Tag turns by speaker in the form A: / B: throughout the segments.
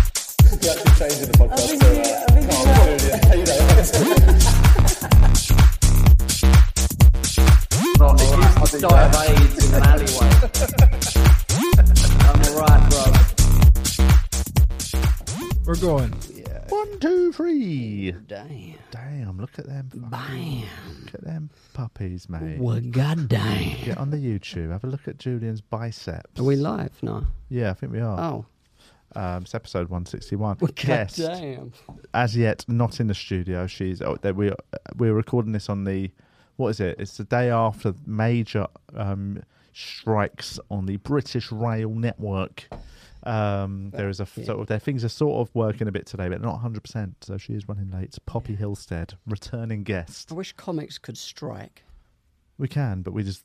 A: be actually changing the podcast.
B: think you- I
A: so, uh,
B: think you
A: no, I'm doing it. You know, that's-
C: Bro, it used to die of AIDS in an alleyway. I'm alright, bro.
D: We're going.
E: One, two, three.
C: Damn.
E: Damn, look at them. fucking- Look at them puppies, mate.
C: Well, goddamn.
E: Get on the YouTube. Have a look at Julian's biceps.
C: Are we live now?
E: Yeah, I think we are.
C: Oh,
E: Um, it's episode 161.
C: well,
E: Guest,
C: goddamn.
E: as yet, not in the studio. She's. Oh, that we, we're recording this on the. What is it? It's the day after major um, strikes on the British Rail Network. Um, there is a f- sort of their things are sort of working a bit today, but not 100%. So she is running late. Poppy Hillstead, returning guest.
C: I wish comics could strike.
E: We can, but we just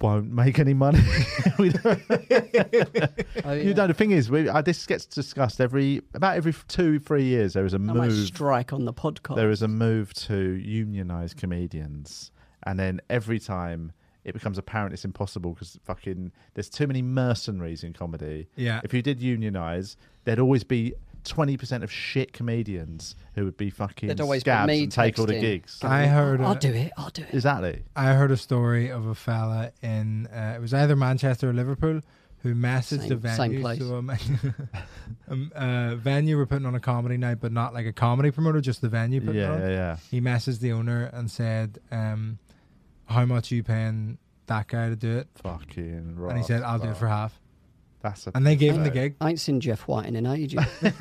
E: won't make any money. we don't, You know, the thing is, we, uh, this gets discussed every about every two, three years. There is a
C: I might
E: move.
C: strike on the podcast.
E: There is a move to unionize comedians, and then every time it becomes apparent it's impossible because fucking there's too many mercenaries in comedy.
D: Yeah.
E: If you did unionize, there'd always be. Twenty percent of shit comedians who would be fucking
C: There'd always be
E: scabs
C: me
E: and take all the
C: texting.
E: gigs.
D: I heard.
C: I'll
D: A,
C: do it. I'll do it.
E: Exactly.
D: I heard a story of a fella in uh, it was either Manchester or Liverpool who messaged
C: Same-
D: the
C: same
D: venue.
C: place.
D: So um, um, uh, venue were putting on a comedy night, but not like a comedy promoter, just the venue
E: Yeah,
D: putting it on.
E: yeah, yeah.
D: He messaged the owner and said, um, "How much you paying that guy to do it?"
E: Fucking right.
D: And he said, "I'll do it for half."
E: That's a
D: And they gave him the gig.
C: I ain't seen Jeff White in ages.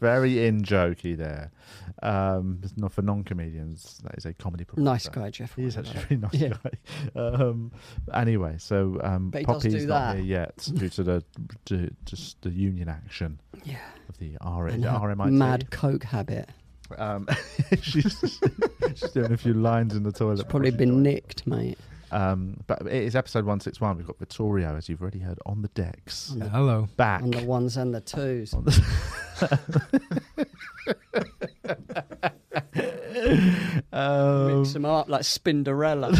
E: Very in jokey there. Um, it's not for non comedians. That is a comedy. promoter.
C: nice guy, Jeff White.
E: He is
C: I
E: actually
C: like
E: a really nice
C: Yeah.
E: guy. Um, anyway, so um,
C: But he does
E: Poppy's
C: do
E: not
C: that.
E: here yet due to the to, just the union action
C: it. Yeah.
E: of the R-
C: And
E: the
C: her
E: RMIT.
C: Mad Coke habit.
E: Um, she's, she's doing a few lines in the toilet.
C: It's probably
E: before she
C: been
E: joined.
C: nicked, mate.
E: Um, but it is episode one six one. We've got Vittorio, as you've already heard, on the decks.
C: On the-
D: Hello.
E: Back
C: On the ones and the twos.
E: Um,
C: Mix them up like Spinderella.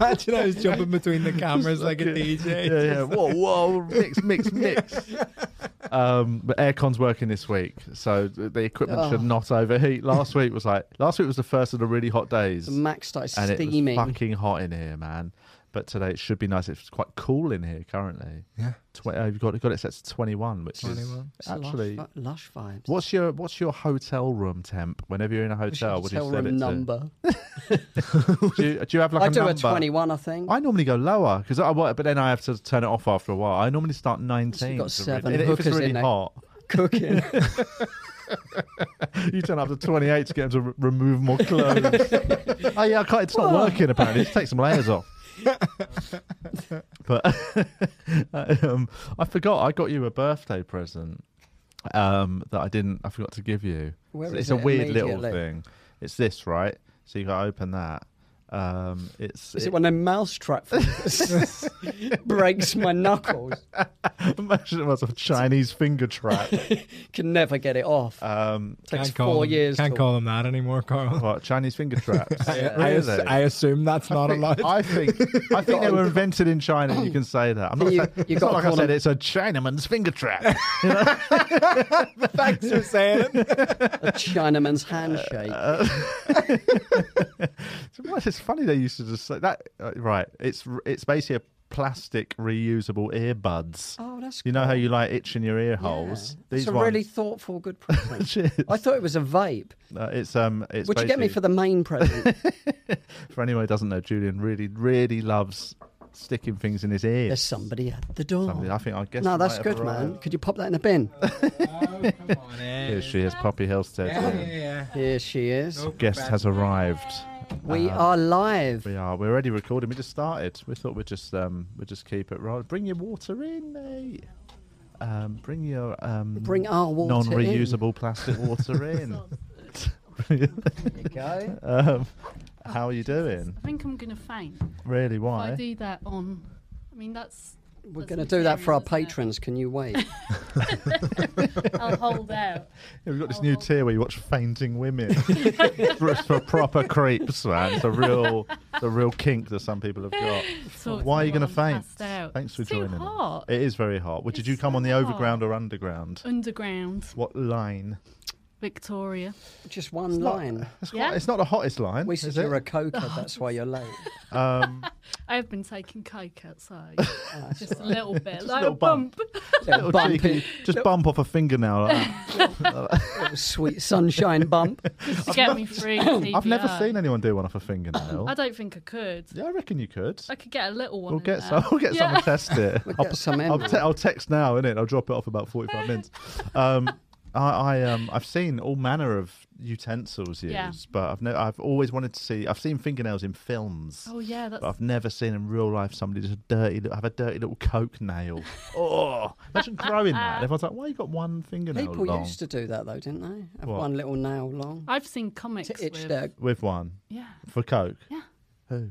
D: Imagine I was jumping between the cameras like a
E: Yeah,
D: DJ.
E: yeah. Whoa, whoa, mix, mix, mix. Um, but aircon's working this week, so th- the equipment should
C: Oh.
E: not overheat. Last week was like last week was the first of the really hot days,
C: the Mac started
E: and
C: steaming.
E: it was fucking hot in here, man. But today it should be nice. It's quite cool in here currently.
D: Yeah.
E: Tw- uh, you've got got it set to twenty one, which is
C: It's lush
E: actually.
C: vi- lush, vibes.
E: What's your what's your hotel room temp? Whenever you're in a hotel, what do you
C: Hotel
E: set it
C: room number.
E: to? Do you, do you have like
C: I
E: a
C: do
E: number?
C: a 21, I think.
E: I normally go lower because I work, but then I have to turn it off after a while. I normally start
C: So
E: nineteen.
C: you've got
E: to really-
C: seven
E: if it's
C: hookers
E: really
C: in there.
E: hot,
C: Cooking.
E: you turn up to twenty-eight to get them to re- remove more clothes. oh yeah, I can't, it's not working apparently. Just take some layers off. but um, I forgot I got you a birthday present um, that I didn't. I forgot to give you.
C: Where
E: it's
C: is
E: a
C: it
E: weird little
C: immediately?
E: thing. It's this, right? So you got to open that. Um, it's
C: Is it one of them mousetrap things? breaks my knuckles?
E: Imagine it was a Chinese finger trap.
C: Can never get it off.
E: Um,
C: Takes
D: Can't call
C: four
D: them-
C: years.
D: Can't
C: to-
D: call them that anymore, Carl.
E: what Chinese finger traps?
D: I,
C: Yeah.
D: I,
E: Really?
D: ass- I assume that's not
E: think-
D: allowed.
E: I think I think they were invented in China. and You can say that. I'm not.
C: You-
E: saying,
C: you
E: it's
C: gotta
E: not like I
C: call
E: said.
C: them-
E: It's a Chinaman's finger trap.
D: Thanks for saying it.
C: a Chinaman's handshake.
E: So why- it's funny they used to just say that. uh, right. It's it's basically a plastic reusable earbuds.
C: oh, that's
E: You know
C: cool.
E: how you like itch in your ear
C: Yeah.
E: holes.
C: It's a
E: ones-
C: really thoughtful, good present.
E: Cheers.
C: I thought it was a vape.
E: Uh, it's um. It's
C: Would you get me
E: basically-
C: for the main present?
E: For anyone who doesn't know, Julian really, really loves sticking things in his
C: There's
E: ears.
C: somebody at the door.
E: Somebody- I think I guess.
C: no,
E: it
C: that's
E: might have
C: good, man.
E: arrived.
C: Could you pop that in a bin?
D: Oh, come on, eh.
E: Here she is, Poppy Hillstead.
D: yeah.
C: Here she is.
E: Guest has arrived.
C: We are live.
E: Uh-huh. We are. We're already recording. We just started. We thought we'd just um we would just keep it right. Bring your water in, mate. Um, bring your um
C: Bring our water in.
E: non-reusable plastic water in.
C: There you go.
E: um, how are you doing?
F: I think I'm gonna faint if
E: Really? Why?
F: I do that on. I mean, that's
C: We're
B: Put
C: going to
B: some
C: do that for our
B: materials in it.
C: patrons. Can you wait?
B: I'll hold
E: Yeah,
B: out.
E: we've got this
B: Oh,
E: new
B: oh.
E: tier where you watch fainting women for, for proper creeps, man. It's a real, the real kink that some people have got.
B: Talk
E: Why are you
B: someone
E: going to faint?
B: passed out.
E: Thanks for
B: It's too
E: joining. us.
B: hot.
E: It is very hot. Well, did
B: It's
E: you come
B: so
E: on the
B: hot.
E: overground or underground?
B: Underground,
E: What line?
B: Victoria.
C: Just one
E: not-
C: line.
E: It's,
B: Yeah.
E: quite, it's not the hottest line.
C: We
E: is
C: said
E: it?
C: you're a coker. That's why you're late.
E: um,
B: I've been taking coke outside,
C: Ah, that's
B: just a
C: all right.
B: little bit, like
E: little
B: a bump.
C: Little
E: little
C: bump in-
E: cheeky- just bump off a fingernail. Like that.
C: little sweet sunshine bump.
B: just to get me through.
E: I've never
B: TBI.
E: seen anyone do one off a fingernail.
B: I don't think I could.
E: yeah, I reckon you could.
B: I could get a little one.
E: We'll
B: in
E: get
B: there.
E: some. We'll get
B: Yeah.
E: someone to test it.
C: We'll
E: I'll,
C: get some
E: I'll,
C: in.
E: te- I'll text now, innit? I'll drop it off about forty-five minutes. Um, I, I um, I've seen all manner of utensils used,
B: Yeah.
E: but I've no, I've always wanted to see. I've seen fingernails in films,
B: Oh yeah, that's
E: but I've never seen in real life somebody just dirty have a dirty little coke nail. oh, imagine growing that. And everyone's like, "Why you got one fingernail
C: People
E: long?"
C: used to do that though, didn't they? Have
E: What?
C: one little nail long
B: I've seen comics
C: to itch
B: with,
C: their.
E: With one
B: yeah,
E: for coke.
B: Yeah.
E: Who?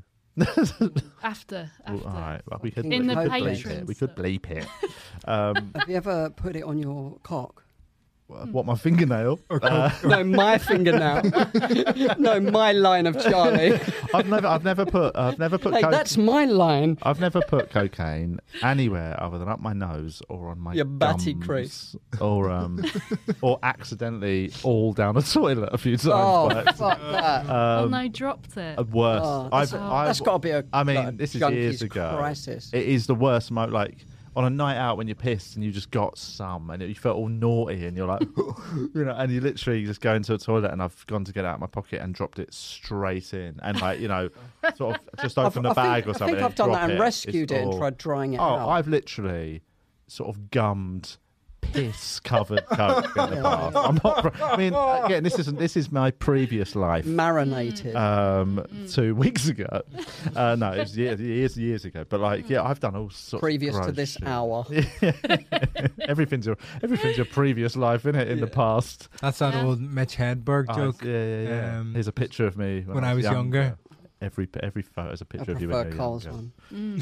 B: after,
E: All
B: after.
E: right, well, we could
C: In
E: we
C: the
E: could bleep it.
B: patrons
E: We could
B: that-
E: bleep it. Um,
C: Have you ever put it on your cock?
E: what my fingernail?
C: no, my fingernail. no, my line of Charlie.
E: I've never, I've never put, I've never put.
C: Hey,
E: coke-
C: that's my line.
E: I've never put cocaine anywhere other than up my nose or on my
C: Your batty
E: gums
C: crease.
E: or um, or accidentally all down a toilet a few times.
C: Oh,
E: by accident.
C: fuck that.
B: oh
E: um,
B: no, dropped it.
E: uh, worse.
C: Oh,
E: I've,
C: that's, a-
E: I've-
C: that's got to be a.
E: I mean,
C: like, a
E: this is
C: junkies
E: years ago.
C: Crisis.
E: It is the worst. Mo- like on a night out when you're pissed and you just got some and you felt all naughty and you're like, you know, and you literally just go into a toilet and I've gone to get it out of my pocket and dropped it straight in and like you know, sort of just open the
C: I've- I
E: bag
C: think,
E: or something.
C: I think I've done
E: drop
C: that and
E: it. It's
C: rescued it and
E: all-
C: tried drying it
E: Oh,
C: out.
E: I've literally sort of gummed piss covered coke in the
C: Yeah.
E: bath. I'm not. pr- I mean, again, this isn't. This is my previous life
C: Marinated.
E: um,
B: Mm.
E: two weeks ago. Uh, no, it was years, years, years ago. But like, yeah, I've done all sorts.
C: previous
E: of
C: to
E: gross
C: this
E: shit.
C: hour.
E: everything's your everything's your previous life, in it? In the
C: Yeah.
E: past.
D: That's that
B: Yeah.
D: old Mitch Hedberg
E: Oh,
D: joke.
E: yeah, yeah, yeah.
D: Um,
E: Here's a picture of me when,
D: when I was younger.
E: Every every photo is a
C: I
E: picture of you when
C: prefer
E: you're
C: Carl's
E: younger.
C: one.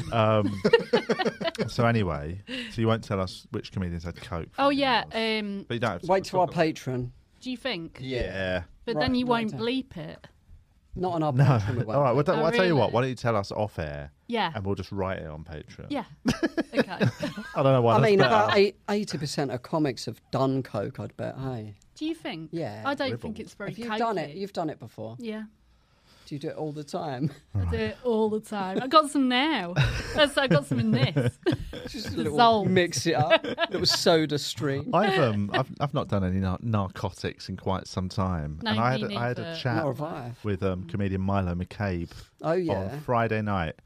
B: Mm.
E: Um, so anyway, so you won't tell us which comedians had coke.
B: Oh
E: for you
B: yeah.
E: guys.
B: Um,
E: but you don't have to
C: Wait till our
E: talk about
C: patron.
B: do you think?
E: it. Yeah.
B: But
C: Right,
B: then you
C: right
B: won't
C: down.
B: bleep it.
C: Not on our
E: No.
C: patron. we won't.
E: All right. Well, don't-
B: Oh,
E: well, I tell you
B: really?
E: what. Why don't you tell us off air,
B: Yeah.
E: and we'll just write it on Patreon.
B: yeah. Okay.
E: I don't know why.
C: I
E: that's
C: mean,
E: better.
C: about eighty percent of comics have done coke. I'd bet. Hey,
B: do you think?
C: Yeah.
B: I don't
E: Wibble.
B: think it's very.
C: have you
B: cokey.
C: done it? You've done it before.
B: Yeah.
C: Do you do it all the time?
B: I do it all the time. I've got some now. That's, I've got some in this.
C: Just a little
B: Zolt.
C: mix it up. little soda stream.
E: I've um I've I've not done any nar- narcotics in quite some time,
B: No,
E: and I
B: me
E: had I had a
B: neither.
E: chat
C: Nor have I.
E: with um comedian Milo McCabe
C: Oh yeah.
E: on Friday night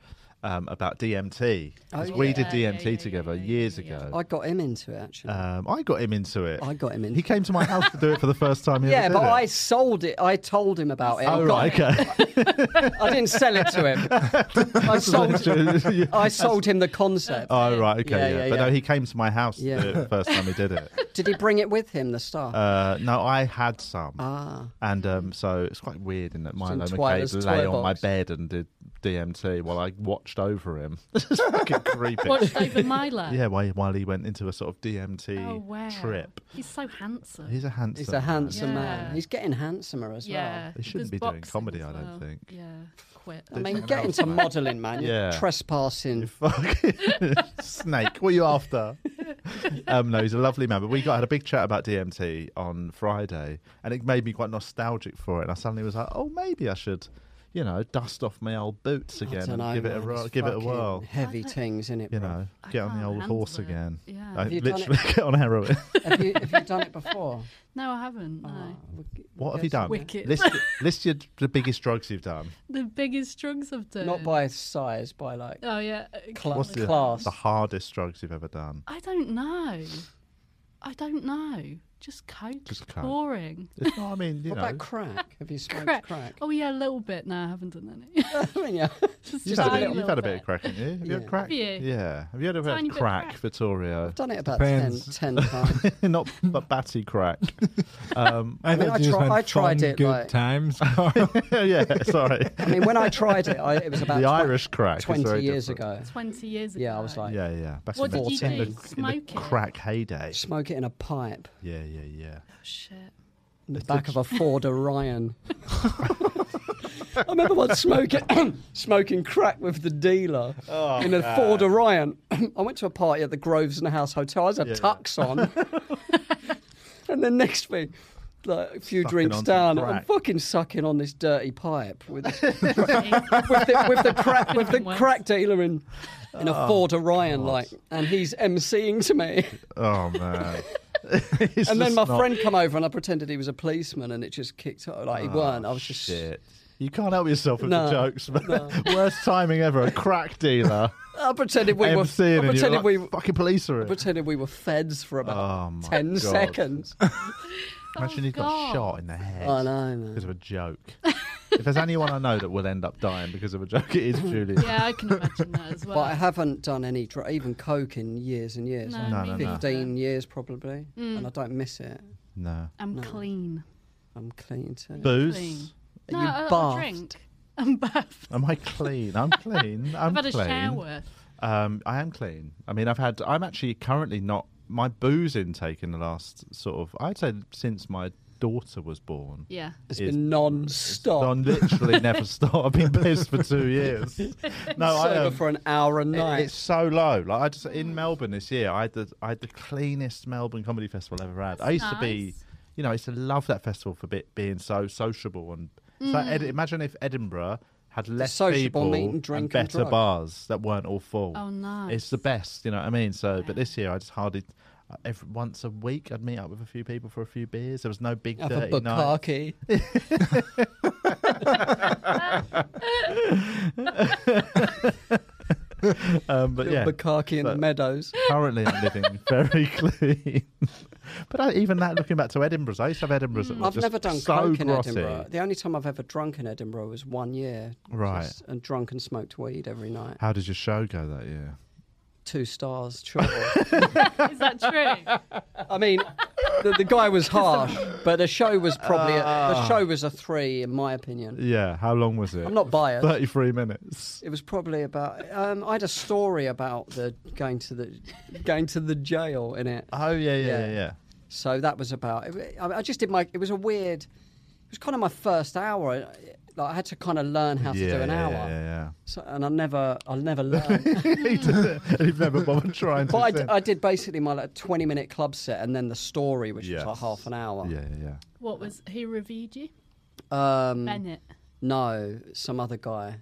E: um about DMT because
C: Oh,
E: we
B: yeah.
E: did
B: Yeah, yeah,
E: DMT
B: yeah, yeah,
E: together
B: yeah,
E: years
B: yeah, yeah.
E: ago.
C: I got him into it actually.
E: um, I got him into it.
C: I got him
E: He
C: into.
E: came to my house to do it for the first time. He
C: Yeah,
E: ever
C: but
E: did
C: I
E: it.
C: sold it. I told him about it.
E: Oh
C: I,
E: right, okay.
C: got- I didn't sell it to him. I sold.
E: You-
C: I sold him the concept.
E: Oh right, okay. Yeah,
C: Yeah, yeah,
E: but
C: yeah.
E: no, he came to my house to
C: Yeah.
E: do it the first time he did it.
C: Did he bring it with him? The stuff.
E: Oh. Uh, no, I had some.
C: ah.
E: And um, so it's quite weird in that Milo
C: Twyla's
E: McCabe
C: toy
E: lay on my
C: box.
E: bed and did DMT while I watched over him. it's fucking creepy.
B: Watched over Milo.
E: Yeah, while, while he went into a sort of DMT
B: Oh wow.
E: trip.
B: He's so handsome.
E: He's a handsome.
C: He's a handsome
B: Yeah.
C: man. He's getting handsomer as
B: yeah.
C: well.
E: They shouldn't
B: There's
E: be doing
B: boxing
E: comedy,
B: as
E: I don't
B: well.
E: think.
B: Yeah. Quit.
C: I mean,
E: something
C: get
E: else,
C: into
E: man.
C: modeling, man. You're
E: Yeah.
C: trespassing.
E: Fucking snake. What are you after? um, no, he's a lovely man. But we got had a big chat about DMT on Friday, and it made me quite nostalgic for it. And I suddenly was like, oh, maybe I should, you know, dust off my old boots
C: I
E: again
C: don't
E: and
C: know,
E: give it a
C: man.
E: ro-
C: It's
E: give it a
C: fucking
E: whirl.
C: Heavy things, in it.
E: You know,
B: I
E: get on the
B: can't
E: old
B: handle
E: horse
B: it.
E: again.
B: Yeah.
E: I
C: Have you done
E: literally get on heroin.
C: have, you, have you done it before?
B: No, I haven't. No.
C: Ah, we- we
E: What have
C: go
E: you done?
C: somewhere.
B: Wicked.
E: List, list your the biggest drugs you've done.
B: The biggest drugs I've done.
C: Not by size, by like
B: Oh yeah.
C: cla-
E: What's the,
C: class.
E: the hardest drugs you've ever done?
B: I don't know. I don't know. Just coke.
E: Just coke.
B: Boring.
E: It's not, I mean, you
C: What
E: know,
C: about crack? Have you smoked
B: Crack.
C: crack?
B: Oh yeah, a little bit. No, I haven't done any.
C: I mean, yeah.
B: Just
E: you've,
C: a
E: had a
B: tiny
E: bit,
C: little
E: you've had a bit
B: little
E: of crack, haven't you? Have you had
C: Yeah.
E: crack?
B: Have you?
E: Yeah. Have you had a bit of
B: Tiny bit of
E: crack,
B: crack.
E: Vittorio?
C: I've done it about ten,
D: Depends.
C: ten times.
E: not but batty crack. Um,
D: I,
C: mean,
D: thought
C: I
D: you just
C: tri-
D: went
C: I tried
D: fun,
C: it,
D: Good
C: like-
D: times. Carl.
E: yeah, sorry.
C: I mean, when I tried it, I, it was about
E: the
C: twen-
E: Irish crack. is
C: 20
E: very
C: years
E: different.
C: ago.
B: Twenty years ago.
C: Yeah, I was like,
E: Yeah, yeah. Back
B: What
E: in the,
C: did you
E: in the-
C: do?
E: in the
B: Smoke it?
E: crack heyday.
C: Smoke it in a pipe
E: Yeah, yeah, yeah.
B: oh, shit.
C: in the back of a Ford Orion. I remember once smoking smoking crack with the dealer
E: Oh,
C: in a Ford Orion. I went to a party at the Groves and House Hotel. I had a
E: Yeah, yeah.
C: tux on, and then next week, like a few
E: Sucking
C: drinks
E: onto
C: down, I'm
E: crack.
C: fucking sucking on this dirty pipe with this with the, with the crack with the
B: Worse.
C: crack dealer in in a Ford Orion, like, and he's emceeing to me.
E: Oh man.
C: and then my friend come over, and I pretended he was a policeman, and it just kicked off. Like he weren't. I was just
E: Oh, shit. You can't help yourself with
C: No,
E: the jokes, man. Worst timing ever. A crack dealer.
C: I pretended we were.
E: MCing
C: I
E: and you're
C: pretended
E: like,
C: we.
E: fucking police are
C: I
E: in.
C: pretended we were feds for
E: Oh,
C: about
E: my
C: ten
E: God.
C: seconds. Oh,
E: Imagine
B: Oh,
E: he got
B: God.
E: shot in the head
C: I know, man.
E: because of a joke. if there's anyone I know that will end up dying because of a joke, it is Julie.
B: Yeah, I can imagine that as well.
C: But I haven't done any dr- even coke in years and years.
B: No, Mm.
E: No,
B: me
E: no, no.
C: Fifteen years probably, and I don't miss it.
E: No.
B: I'm clean.
C: I'm clean too.
B: Clean.
E: Booze.
C: You
B: No, I,
C: bathed.
B: I drink. I'm buffed.
E: Am I clean? I'm clean. I'm
B: I've had a
E: clean.
B: shower.
E: Um, I am clean. I mean, I've had. I'm actually currently not my booze intake in the last sort of. I'd say since my daughter was born.
B: Yeah.
C: It's
E: is-
C: been non-stop.
E: I literally never stop. I've been pissed for two years. No, I
C: sober
E: am.
C: for an hour a
E: It-
C: night.
E: It's so low. Like I just in Melbourne this year, I had the I had the cleanest Melbourne comedy festival I've ever had. I used to be,
B: nice.
E: you know, I used to love that festival for bit, being so sociable and so Ed, imagine if Edinburgh had less
C: Mm. sociable
E: people
C: meet and drink and
E: better
C: drug.
E: bars that weren't all full.
B: Oh, nice.
E: It's the best, you know what I mean. So, but this year I just hardly. uh, Every, once a week, I'd meet up with a few people for a few beers. There was no big
C: Have a
E: dirty night.
C: bukkake.
E: Um, but yeah,
C: bukkake in the
E: But-
C: meadows.
E: currently I'm living very clean. but I, even that, looking back to Edinburgh's, I used to have Edinburgh's. That were
C: I've
E: just
C: never done
E: so
C: coke in
E: grotty.
C: Edinburgh. The only time I've ever drunk in Edinburgh was one year.
E: Right.
C: just- and drunk and smoked weed every night.
E: How did your show go that year?
C: Two stars, sure.
B: Is that true?
C: I mean, the, the guy was harsh, but the show was probably a, the show was a three in my opinion.
E: Ah. Yeah, how long was it?
C: I'm not biased.
E: Thirty-three minutes.
C: It was probably about. Um, I had a story about the going to the going to the jail in it.
E: Oh yeah, yeah,
C: Yeah.
E: yeah. yeah.
C: So that was about. I, I just did my. It was a weird. It was kind of my first hour. Like I had to kind of learn how to
E: yeah,
C: do an
E: yeah,
C: hour,
E: Yeah, yeah.
C: So, and I never, I never learned.
E: he did it, and he've never bothered trying to.
C: But I, d-
E: sing.
C: I did basically my like, 20 minute club set and then the story, which
E: Yes.
C: was like half an hour.
E: Yeah, yeah, yeah.
B: What was who reviewed you?
C: Mm. Um,
B: Bennett.
C: no, some other guy.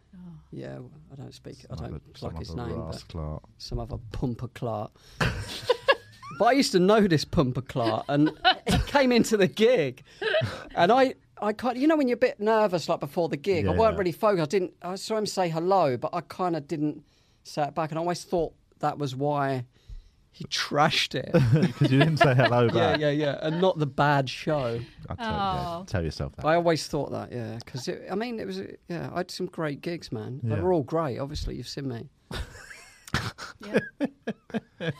C: Yeah, I don't speak, I
E: Like
C: don't
E: the-
C: plug
E: some
C: his
E: other
C: name, but
E: Ross Clark.
C: some other pumper clerk. but I used to know this pumper clerk and he came into the gig and I. I kind you know, when you're a bit nervous, like before the gig, I
E: Yeah,
C: weren't
E: yeah.
C: really focused. I didn't. I saw him say hello, but I kind of didn't say it back, and I always thought that was why he trashed it.
E: Because you didn't say hello
C: yeah,
E: back.
C: yeah, yeah, and not the bad show.
E: I tell, yeah,
B: Oh.
E: tell yourself that.
C: I always thought that, yeah, because I mean, it was yeah. I had some great gigs, man. They
E: Yeah.
C: were all great. Obviously, you've seen me.
B: Yeah.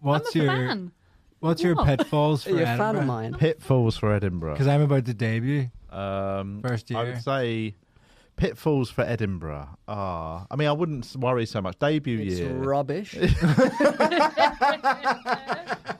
D: What's
B: I'm a
D: your
B: fan.
D: What's your
B: What?
D: pitfalls for
C: You're a fan of
D: Edinburgh?
C: mine.
E: Pitfalls for Edinburgh.
D: Because I'm about to debut.
E: Um,
D: First
E: I
D: year.
E: would say pitfalls for Edinburgh are. I mean, I wouldn't s- worry so much. Debut
C: It's
E: year,
C: rubbish,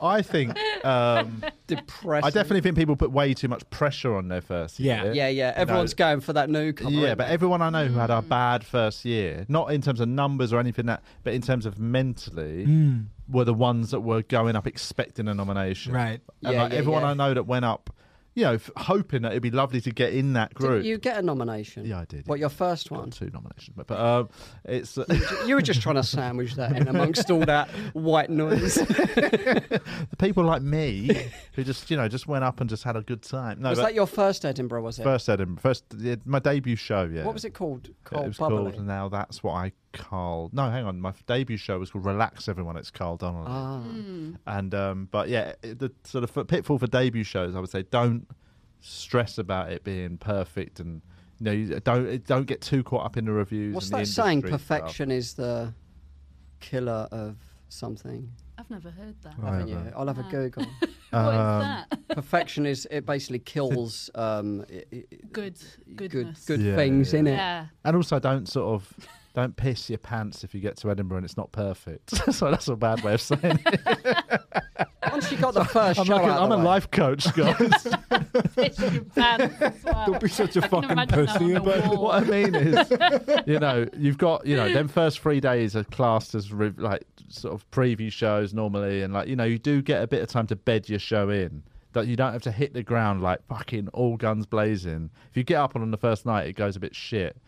E: I think. Um,
C: depressing.
E: I definitely think people put way too much pressure on their first
D: Yeah.
E: year.
C: Yeah, yeah. Everyone's going for that new cover.
E: Yeah,
C: ain't
E: but
C: they?
E: everyone I know who had a
C: Mm.
E: bad first year, not in terms of numbers or anything that, but in terms of mentally,
C: Mm.
E: were the ones that were going up expecting a nomination.
D: Right.
E: And
C: Yeah,
E: like
C: yeah,
E: everyone
C: yeah.
E: I know that went up, you know, f- hoping that it'd be lovely to get in that group.
C: Didn't you get a nomination?
E: Yeah, I did,
C: What
E: yeah.
C: your first
E: Got
C: one?
E: two nominations, but, but um, it's
C: You were just trying to sandwich that in amongst all that white noise.
E: the people like me who just you know just went up and just had a good time. No,
C: was
E: but
C: that your first Edinburgh? Was it?
E: first Edinburgh, first yeah, my debut show. Yeah,
C: What was it called?
E: Yeah,
C: Cold
E: it was
C: bubbly.
E: called. Now that's what I Carl. No, hang on. My f- debut show was called Relax Everyone. It's Carl Donnelly.
C: Ah.
B: Hmm.
E: And um, but yeah, it- the sort of f- pitfall for debut shows, I would say, don't stress about it being perfect, and you know, you don't don't get too caught up in the reviews.
C: What's
E: and the
C: that saying?
E: industry stuff.
C: Perfection is the killer of something.
B: I've never heard that.
D: Right.
C: Haven't you?
D: Whatever.
C: I'll have a
B: Ah.
C: Google.
B: What is
E: Um,
B: that?
C: Perfection is it basically kills um, i- i-
B: Good.
C: good
B: Goodness.
C: good
E: Yeah,
C: things
E: yeah.
C: in it.
B: Yeah.
E: And also, don't sort of don't piss your pants if you get to Edinburgh and it's not perfect. so that's a bad way of saying. it.
C: Once you got the first
E: I'm
C: show
E: like a,
C: out
E: I'm
C: the
E: a
C: way-
E: life coach, guys.
B: It's your pants as well.
D: Don't be such a
B: I can
D: fucking
B: imagine that
D: pussy
B: on the
D: about it.
B: wall.
E: what I mean is, you know, you've got, you know, them first three days are classed as re- like sort of preview shows normally, and like you know, you do get a bit of time to bed your show in. That you don't have to hit the ground like fucking all guns blazing. If you get up on the first night, it goes a bit shit.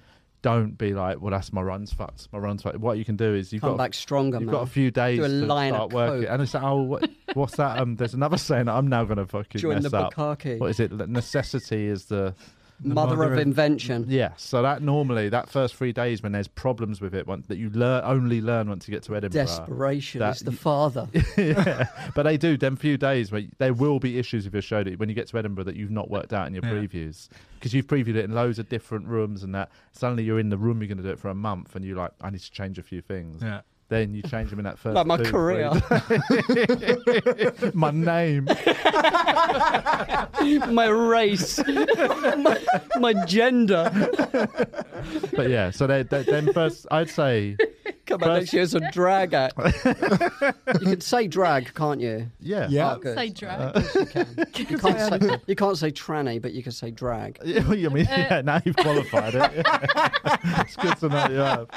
E: Don't be like, well, that's my runs fucked. My runs fucked. What you can do is you've
C: Come
E: got
C: back stronger,
E: You've
C: man.
E: got a few days
C: Do a
E: to
C: line of
E: start working,
C: coke.
E: and it's like, oh, what, what's that? Um, there's another saying that I'm now gonna fucking
C: Join the
E: mess up.
C: Bukkake.
E: What is it? That Necessity is the
C: mother,
D: mother
C: of
D: of-
C: invention.
E: yeah. So that normally that first three days when there's problems with it, once that you learn only learn once you get to Edinburgh.
C: Desperation
E: That-
C: is the father.
E: yeah. But they do them few days where there will be issues with your show that when you get to Edinburgh that you've not worked out in your
D: Yeah.
E: previews because you've previewed it in loads of different rooms and that suddenly you're in the room you're going to do it for a month and you're like I need to change a few things.
D: Yeah.
E: Then you change them in that first.
C: Like my
E: two, three
C: career.
E: days. my name.
C: my race, my, my gender.
E: But yeah, so they, they, then first, I'd say,
C: Come on,
E: First-
C: next year's a drag act. you can say drag, can't you?
E: yeah,
D: Yeah.
C: Oh, good.
B: Say drag.
E: Uh,
C: you, can't say, you can't say tranny, but you can say drag.
E: Yeah, well, you mean,
C: Uh.
E: yeah, now you've qualified it. it's good to know you have.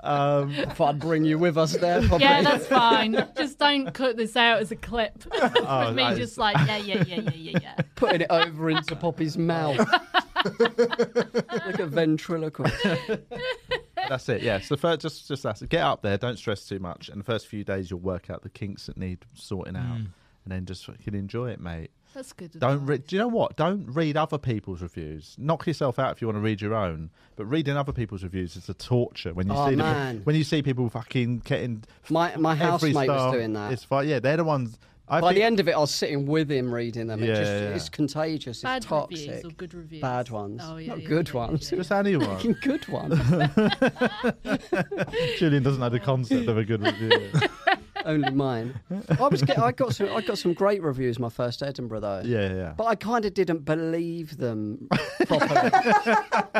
E: Um,
C: I thought I'd bring you with us there. Probably.
B: yeah, that's fine. Just don't cut this out as a clip.
E: oh,
B: With me
E: that
B: just
E: is-
B: like, yeah, yeah, yeah, yeah, yeah, yeah.
C: Putting it over into Poppy's mouth. like a ventriloquist.
E: that's it. Yeah. So first, just just that's it. Get up there. Don't stress too much. And the first few days, you'll work out the kinks that need sorting out, and then just fucking enjoy it, mate.
B: That's good.
E: Don't
B: advice.
E: read. Do you know what? Don't read other people's reviews. Knock yourself out if you want to read your own. But reading other people's reviews is a torture. When you
C: Oh,
E: see the-
C: man.
E: when you see people fucking getting
C: My, my
E: every
C: housemate was
E: star,
C: doing that.
E: It's fine. Yeah, they're the ones. I
C: By
E: think-
C: the end of it, I was sitting with him reading them. it
E: Yeah,
C: just,
E: yeah, yeah.
C: It's contagious.
B: Bad
C: it's toxic.
B: reviews or good reviews?
C: Bad ones.
B: Oh, yeah,
C: Not
B: yeah,
C: good
B: yeah,
C: ones.
B: Yeah, yeah.
E: just anyone.
C: Fucking good one.
E: Julian doesn't have the concept of a good review.
C: Only mine. I was get, I got some I got some great reviews my first Edinburgh though.
E: yeah, yeah.
C: But I kind of didn't believe them properly.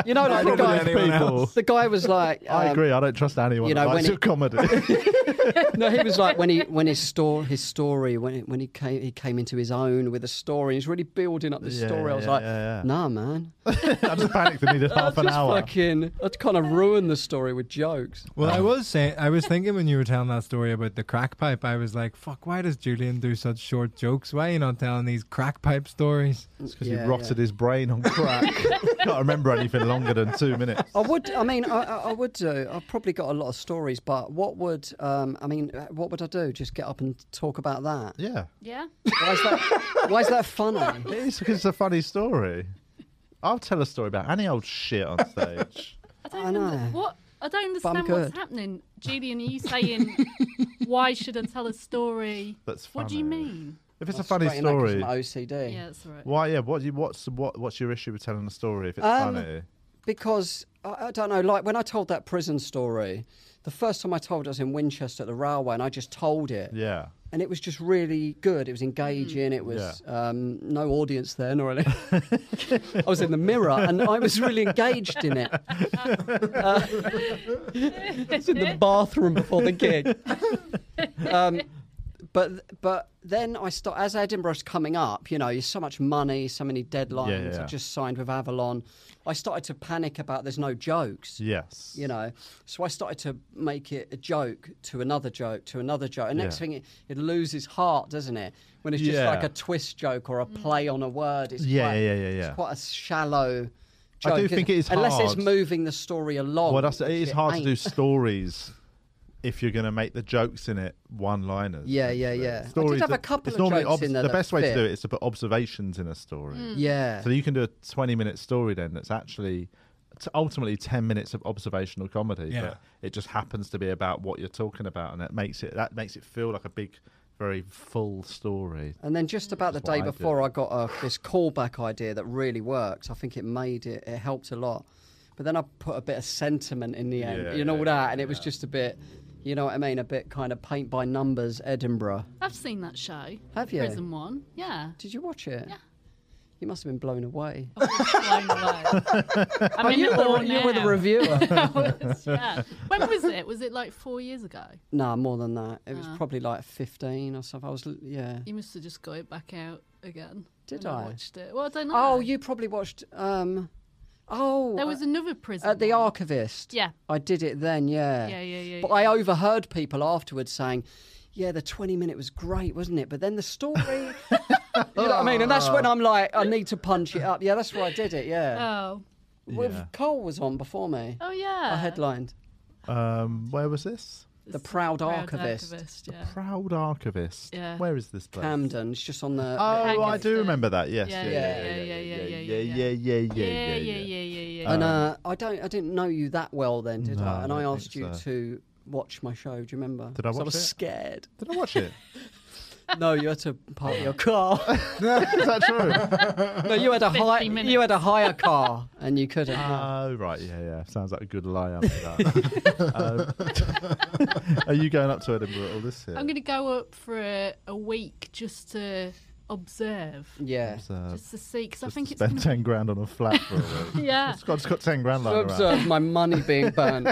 C: you know, like the
D: Probably
C: guy,
D: anyone
E: people.
D: else.
C: the guy was like,
E: I
C: um,
E: agree. I don't trust
C: you
E: anyone you
C: know,
E: that
C: when
E: likes
C: it-
E: your comedy.
C: No, he was like when he when his story his story when it, when he came he came into his own with a story. He's really building up the
E: Yeah,
C: story. I was
E: yeah,
C: like,
E: yeah, yeah.
C: nah, man,
E: I just panicked and needed half
C: I
E: an
C: just
E: hour.
C: fucking I kind of ruined the story with jokes.
D: Well, I was saying, I was thinking when you were telling that story about the crack pipe, I was like, "Fuck! Why does Julian do such short jokes? Why are you not telling these crack pipe stories?"
E: It's because
C: Yeah,
E: he rotted
C: yeah.
E: his brain on crack. Can't remember anything longer than two minutes.
C: I would. I mean, I, I I would do. I've probably got a lot of stories, but what would? Um, I mean, what would I do? Just get up and talk about that?
E: Yeah,
B: Yeah.
C: Why is that? why is that funny?
E: it is because it's a funny story. I'll tell a story about any old shit on stage.
B: I
C: I
B: don't know.
C: know.
B: What? I don't
C: I'm
B: understand what's
C: good.
B: happening. Julian, are you saying why should I tell a story?
E: That's
B: What do you
E: funny.
B: mean?
E: If it's a funny
C: Straighten that 'cause
E: story,
C: My OCD.
B: Yeah, that's all right.
E: why? Yeah, what? do you- What's what? What's your issue with telling a story if it's
C: Um,
E: funny?
C: Because I, I don't know. Like when I told that prison story, the first time I told it I was in Winchester at the railway, and I just told it,
E: Yeah.
C: and it was just really good. It was engaging.
E: Mm.
C: It was um, no audience there, not really. I was in the mirror, and I was really engaged in it. I was in the bathroom before the gig. Um, but but then I start as Edinburgh's coming up. You know, there's so much money, so many deadlines.
E: Yeah, yeah,
C: I
E: yeah.
C: just signed with Avalon. I started to panic about there's no jokes.
E: Yes.
C: You know, so I started to make it a joke to another joke to another joke. And next
E: Yeah.
C: thing, it, it loses heart, doesn't it? When it's just
E: Yeah.
C: like a twist joke or a play on a word. It's
E: Yeah,
C: quite,
E: yeah, yeah, yeah.
C: It's quite a shallow.
E: I
C: Joke,
E: do
C: isn't
E: think it is
C: unless it's
E: hard.
C: moving the story along.
E: Well, that's it is
C: which
E: hard to do
C: ain't.
E: stories if you're going to make the jokes in it one-liners.
C: Yeah, yeah,
E: basically.
C: yeah. I did
E: Stories
C: have a
E: that-
C: couple
E: it's
C: of
E: normally
C: jokes in there
E: The
C: that
E: best way
C: fit.
E: to do it is to put observations in a story.
C: Yeah.
E: So you can do a 20-minute story then that's actually t- ultimately 10 minutes of observational comedy
D: Yeah.
E: but it just happens to be about what you're talking about and that makes it that makes it feel like a big very full story
C: And then just about the
E: That's what
C: day
E: I did.
C: before, I got a, this callback idea that really worked. I think it made it, it helped a lot. But then I put a bit of sentiment in the end,
E: Yeah,
C: you know, all
E: yeah,
C: that, and it was just a bit, you know what I mean, a bit kind of paint by numbers Edinburgh.
B: I've seen that show.
C: Have you?
B: Prison One. Yeah.
C: Did you watch it?
B: Yeah.
C: You must have been blown away.
B: I was blown away. I'm in
C: you,
B: awe
C: were, you were the
B: now.
C: reviewer.
B: I was, yeah. When was it? Was it like four years ago?
C: nah, more than that. It was
B: Ah.
C: probably like 15 or something. I was, l- yeah.
B: You must have just got it back out again.
C: Did
B: when
C: I?
B: watched it. Well, I don't know.
C: Oh, you probably watched, um, oh,
B: There was another prison.
C: at the
B: one.
C: archivist.
B: Yeah.
C: I did it then, yeah.
B: Yeah, yeah, yeah,
C: But I overheard people afterwards saying, yeah, the 20 minute was great, wasn't it? But then the story. you know what I mean? And that's when I'm like, I need to punch it up. Yeah, that's where I did it, yeah.
B: Oh.
C: Well,
E: Yeah.
C: Cole was on before me.
B: Oh yeah.
C: I headlined
E: um where was this
C: The Proud,
B: Proud
C: Archivist.
B: yeah.
E: proud archivist
B: Yeah.
E: where is this place
C: Camden. It's just on the.
E: oh i
B: Archivist.
E: do remember that yes
B: Yeah,
E: yeah
B: yeah,
E: yeah
B: yeah, yeah, yeah,
E: yeah
B: yeah,
E: yeah yeah
B: Yeah, yeah,
E: yeah
B: yeah, yeah, yeah.
C: and uh, I don't, I didn't know you that well then, did
E: Oh.
C: I?
E: No, I
C: And I,
E: don't
C: asked
E: think
C: you
E: so.
C: to watch my show. Do you remember?
E: Did I
C: 'Cause I
E: watch
C: was
E: it?
C: scared.
E: did i watch it
C: no, you had to park your car.
E: is that true
C: No, you had a
B: 50
C: high,
B: minutes.
C: you had a higher car, and you couldn't.
E: oh right yeah yeah sounds like a good lie after that um, are you going up to edinburgh all this year
B: I'm going to go up for a, a week just to observe,
C: yeah.
E: Uh,
B: just to see, because I
E: Just
B: think
E: to
B: it's
E: spend
B: going to.
E: ten grand on a flat for a week.
B: Yeah,
E: Scott's got ten grand
C: To
E: lying around.
C: observe my money being burnt.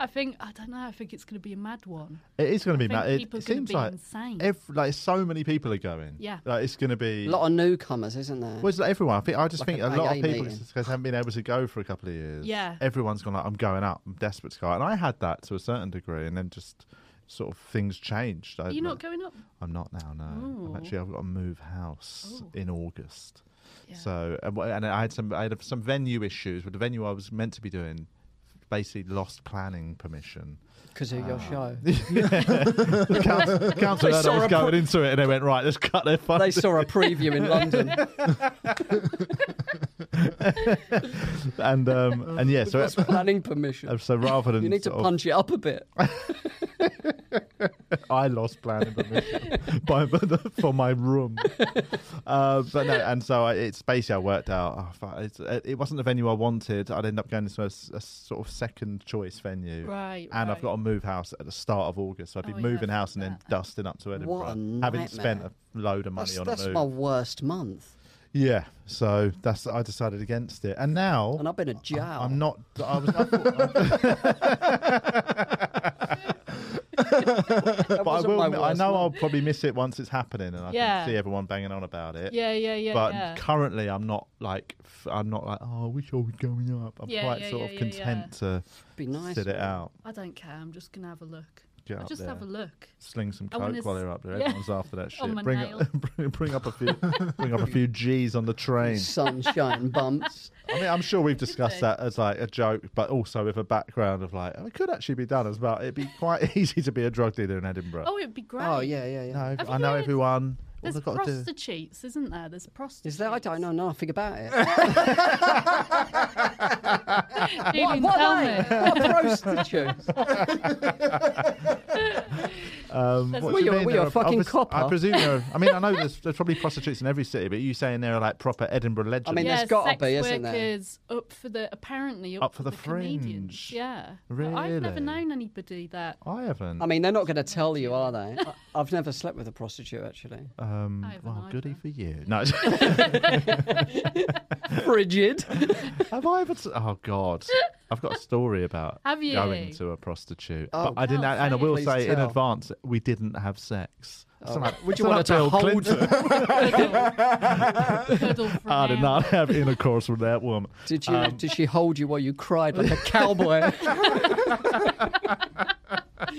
B: I think I don't know. I think it's going to be a mad one.
E: It is going to be
B: I think
E: mad. It,
B: people
E: it
B: are gonna
E: seems
B: be
E: like
B: insane.
E: ev- like so many people are going.
B: Yeah.
E: like it's going to be.
C: a lot of newcomers, isn't there?
E: well, it's like everyone. I think I just
C: Like
E: think
C: a
E: a, lot
C: AA
E: of people
C: meeting.
E: just because haven't been able to go for a couple of years.
B: Yeah.
E: everyone's gone like I'm going up. I'm desperate to go, and I had that to a certain degree, and then just sort of things changed. I,
B: Are you
E: like,
B: not Oh. going up?
E: I'm not now. No,
B: Ooh.
E: I'm actually I've got to move house
B: Ooh.
E: in August.
B: Yeah.
E: So and wha- and I had some I had some venue issues with the venue I was meant to be doing. Basically, lost planning permission.
C: Because of
E: Ah.
C: your show.
E: The council, the council
C: They
E: heard
C: saw
E: I was
C: a
E: going
C: pro-
E: into it, and they went right. Let's cut their
C: They
E: funding.
C: saw a preview in London.
E: and um, and yeah, so it-
C: Planning permission.
E: so rather than
C: You need to
E: sort of-
C: punch it up a bit.
E: I lost planning permission by, for my room. Uh, but no, and so I, it's basically I worked out. Oh, fuck, it's, it, it wasn't the venue I wanted. I'd end up going to a, s- a sort of second choice venue.
B: Right,
E: And
B: right.
E: I've got to move house at the start of August, so I'd be
B: Oh, yeah,
E: moving
B: I
E: house and
B: forgot
E: then
B: that.
E: dusting up to Edinburgh,
C: a
E: having spent
C: nightmare.
E: a load of money
C: That's,
E: on
C: that's
E: a
C: my
E: move.
C: worst month.
E: Yeah, so that's I decided against it, and now
C: And I've been a jail.
E: Oh, I'm not. I was. I thought,
C: That
E: but I
C: wasn't
E: will.
C: my
E: admit, I
C: worst
E: know I'll
C: month.
E: probably miss it once it's happening, and I
B: Yeah.
E: can see everyone banging on about it.
B: Yeah, yeah, yeah.
E: but
B: yeah.
E: currently, I'm not like. f- I'm not like. Oh, I wish I was going up. I'm
B: Yeah,
E: quite
B: yeah,
E: sort
B: yeah,
E: of
B: yeah,
E: content to
C: Be nice.
E: sit it out.
B: I don't care. I'm just going to have a look.
E: Get
B: I'll
E: up
B: just
E: there.
B: have a look.
E: Sling some
B: I
E: coke
B: wanna
E: while
B: s-
E: you're up there.
B: yeah.
E: Everyone's after that shit.
B: On my
E: bring,
B: nail.
E: up, bring, bring up a few. bring up a few G's on the train.
C: Sunshine bumps.
E: I mean, I'm sure we've discussed
B: they?
E: that as like a joke, but also with a background of like it could actually be done as well. It'd be quite easy to be a drug dealer in Edinburgh.
B: Oh, it'd be great.
C: Oh, yeah, yeah, yeah.
E: No,
B: Have
E: I
B: you
E: know
B: heard-
E: everyone. All
B: There's
E: they've got to do.
B: prostitutes, isn't there? There's prostitutes.
C: Is there? I don't know nothing about it. what,
B: You didn't
C: what,
B: tell
C: way?
B: me.
C: what prostitutes?
E: Um,
B: There's-
E: what do
B: Well,
E: you
C: you're- well,
E: mean there
C: you're
E: are-
C: a fucking
E: obvious- I
C: copper.
E: presume there are, I mean, I know there's, there's probably prostitutes in every city, but you saying there are like proper Edinburgh legends.
C: I mean,
B: yeah,
C: there's gotta
B: sex
C: be, isn't there?
B: workers up for the apparently up,
E: Up for
B: for
E: the
B: comedians.
E: fringe.
B: Yeah, But I've never
E: Really?
B: known anybody that.
E: I haven't.
C: I mean, they're not going to tell you, are they? I- I've never slept with a prostitute, actually.
E: um,
B: I haven't
E: well,
B: either.
E: goody for you. No,
C: Frigid.
E: have I ever? T- oh God, I've got a story about
B: Have you?
E: going to a prostitute.
C: Oh,
E: but I didn't,
B: tell,
E: and I
B: say it.
E: will
C: Please
E: say in
C: tell. Oh.
E: advance, we didn't have sex. Something like-
C: Would you
E: something
C: want her to
E: like Bill
C: hold
E: Clinton.
B: Cuddle for
E: I did
B: now.
E: not have intercourse with that woman.
C: Did you?
E: Um,
C: did she hold you while you cried like a cowboy?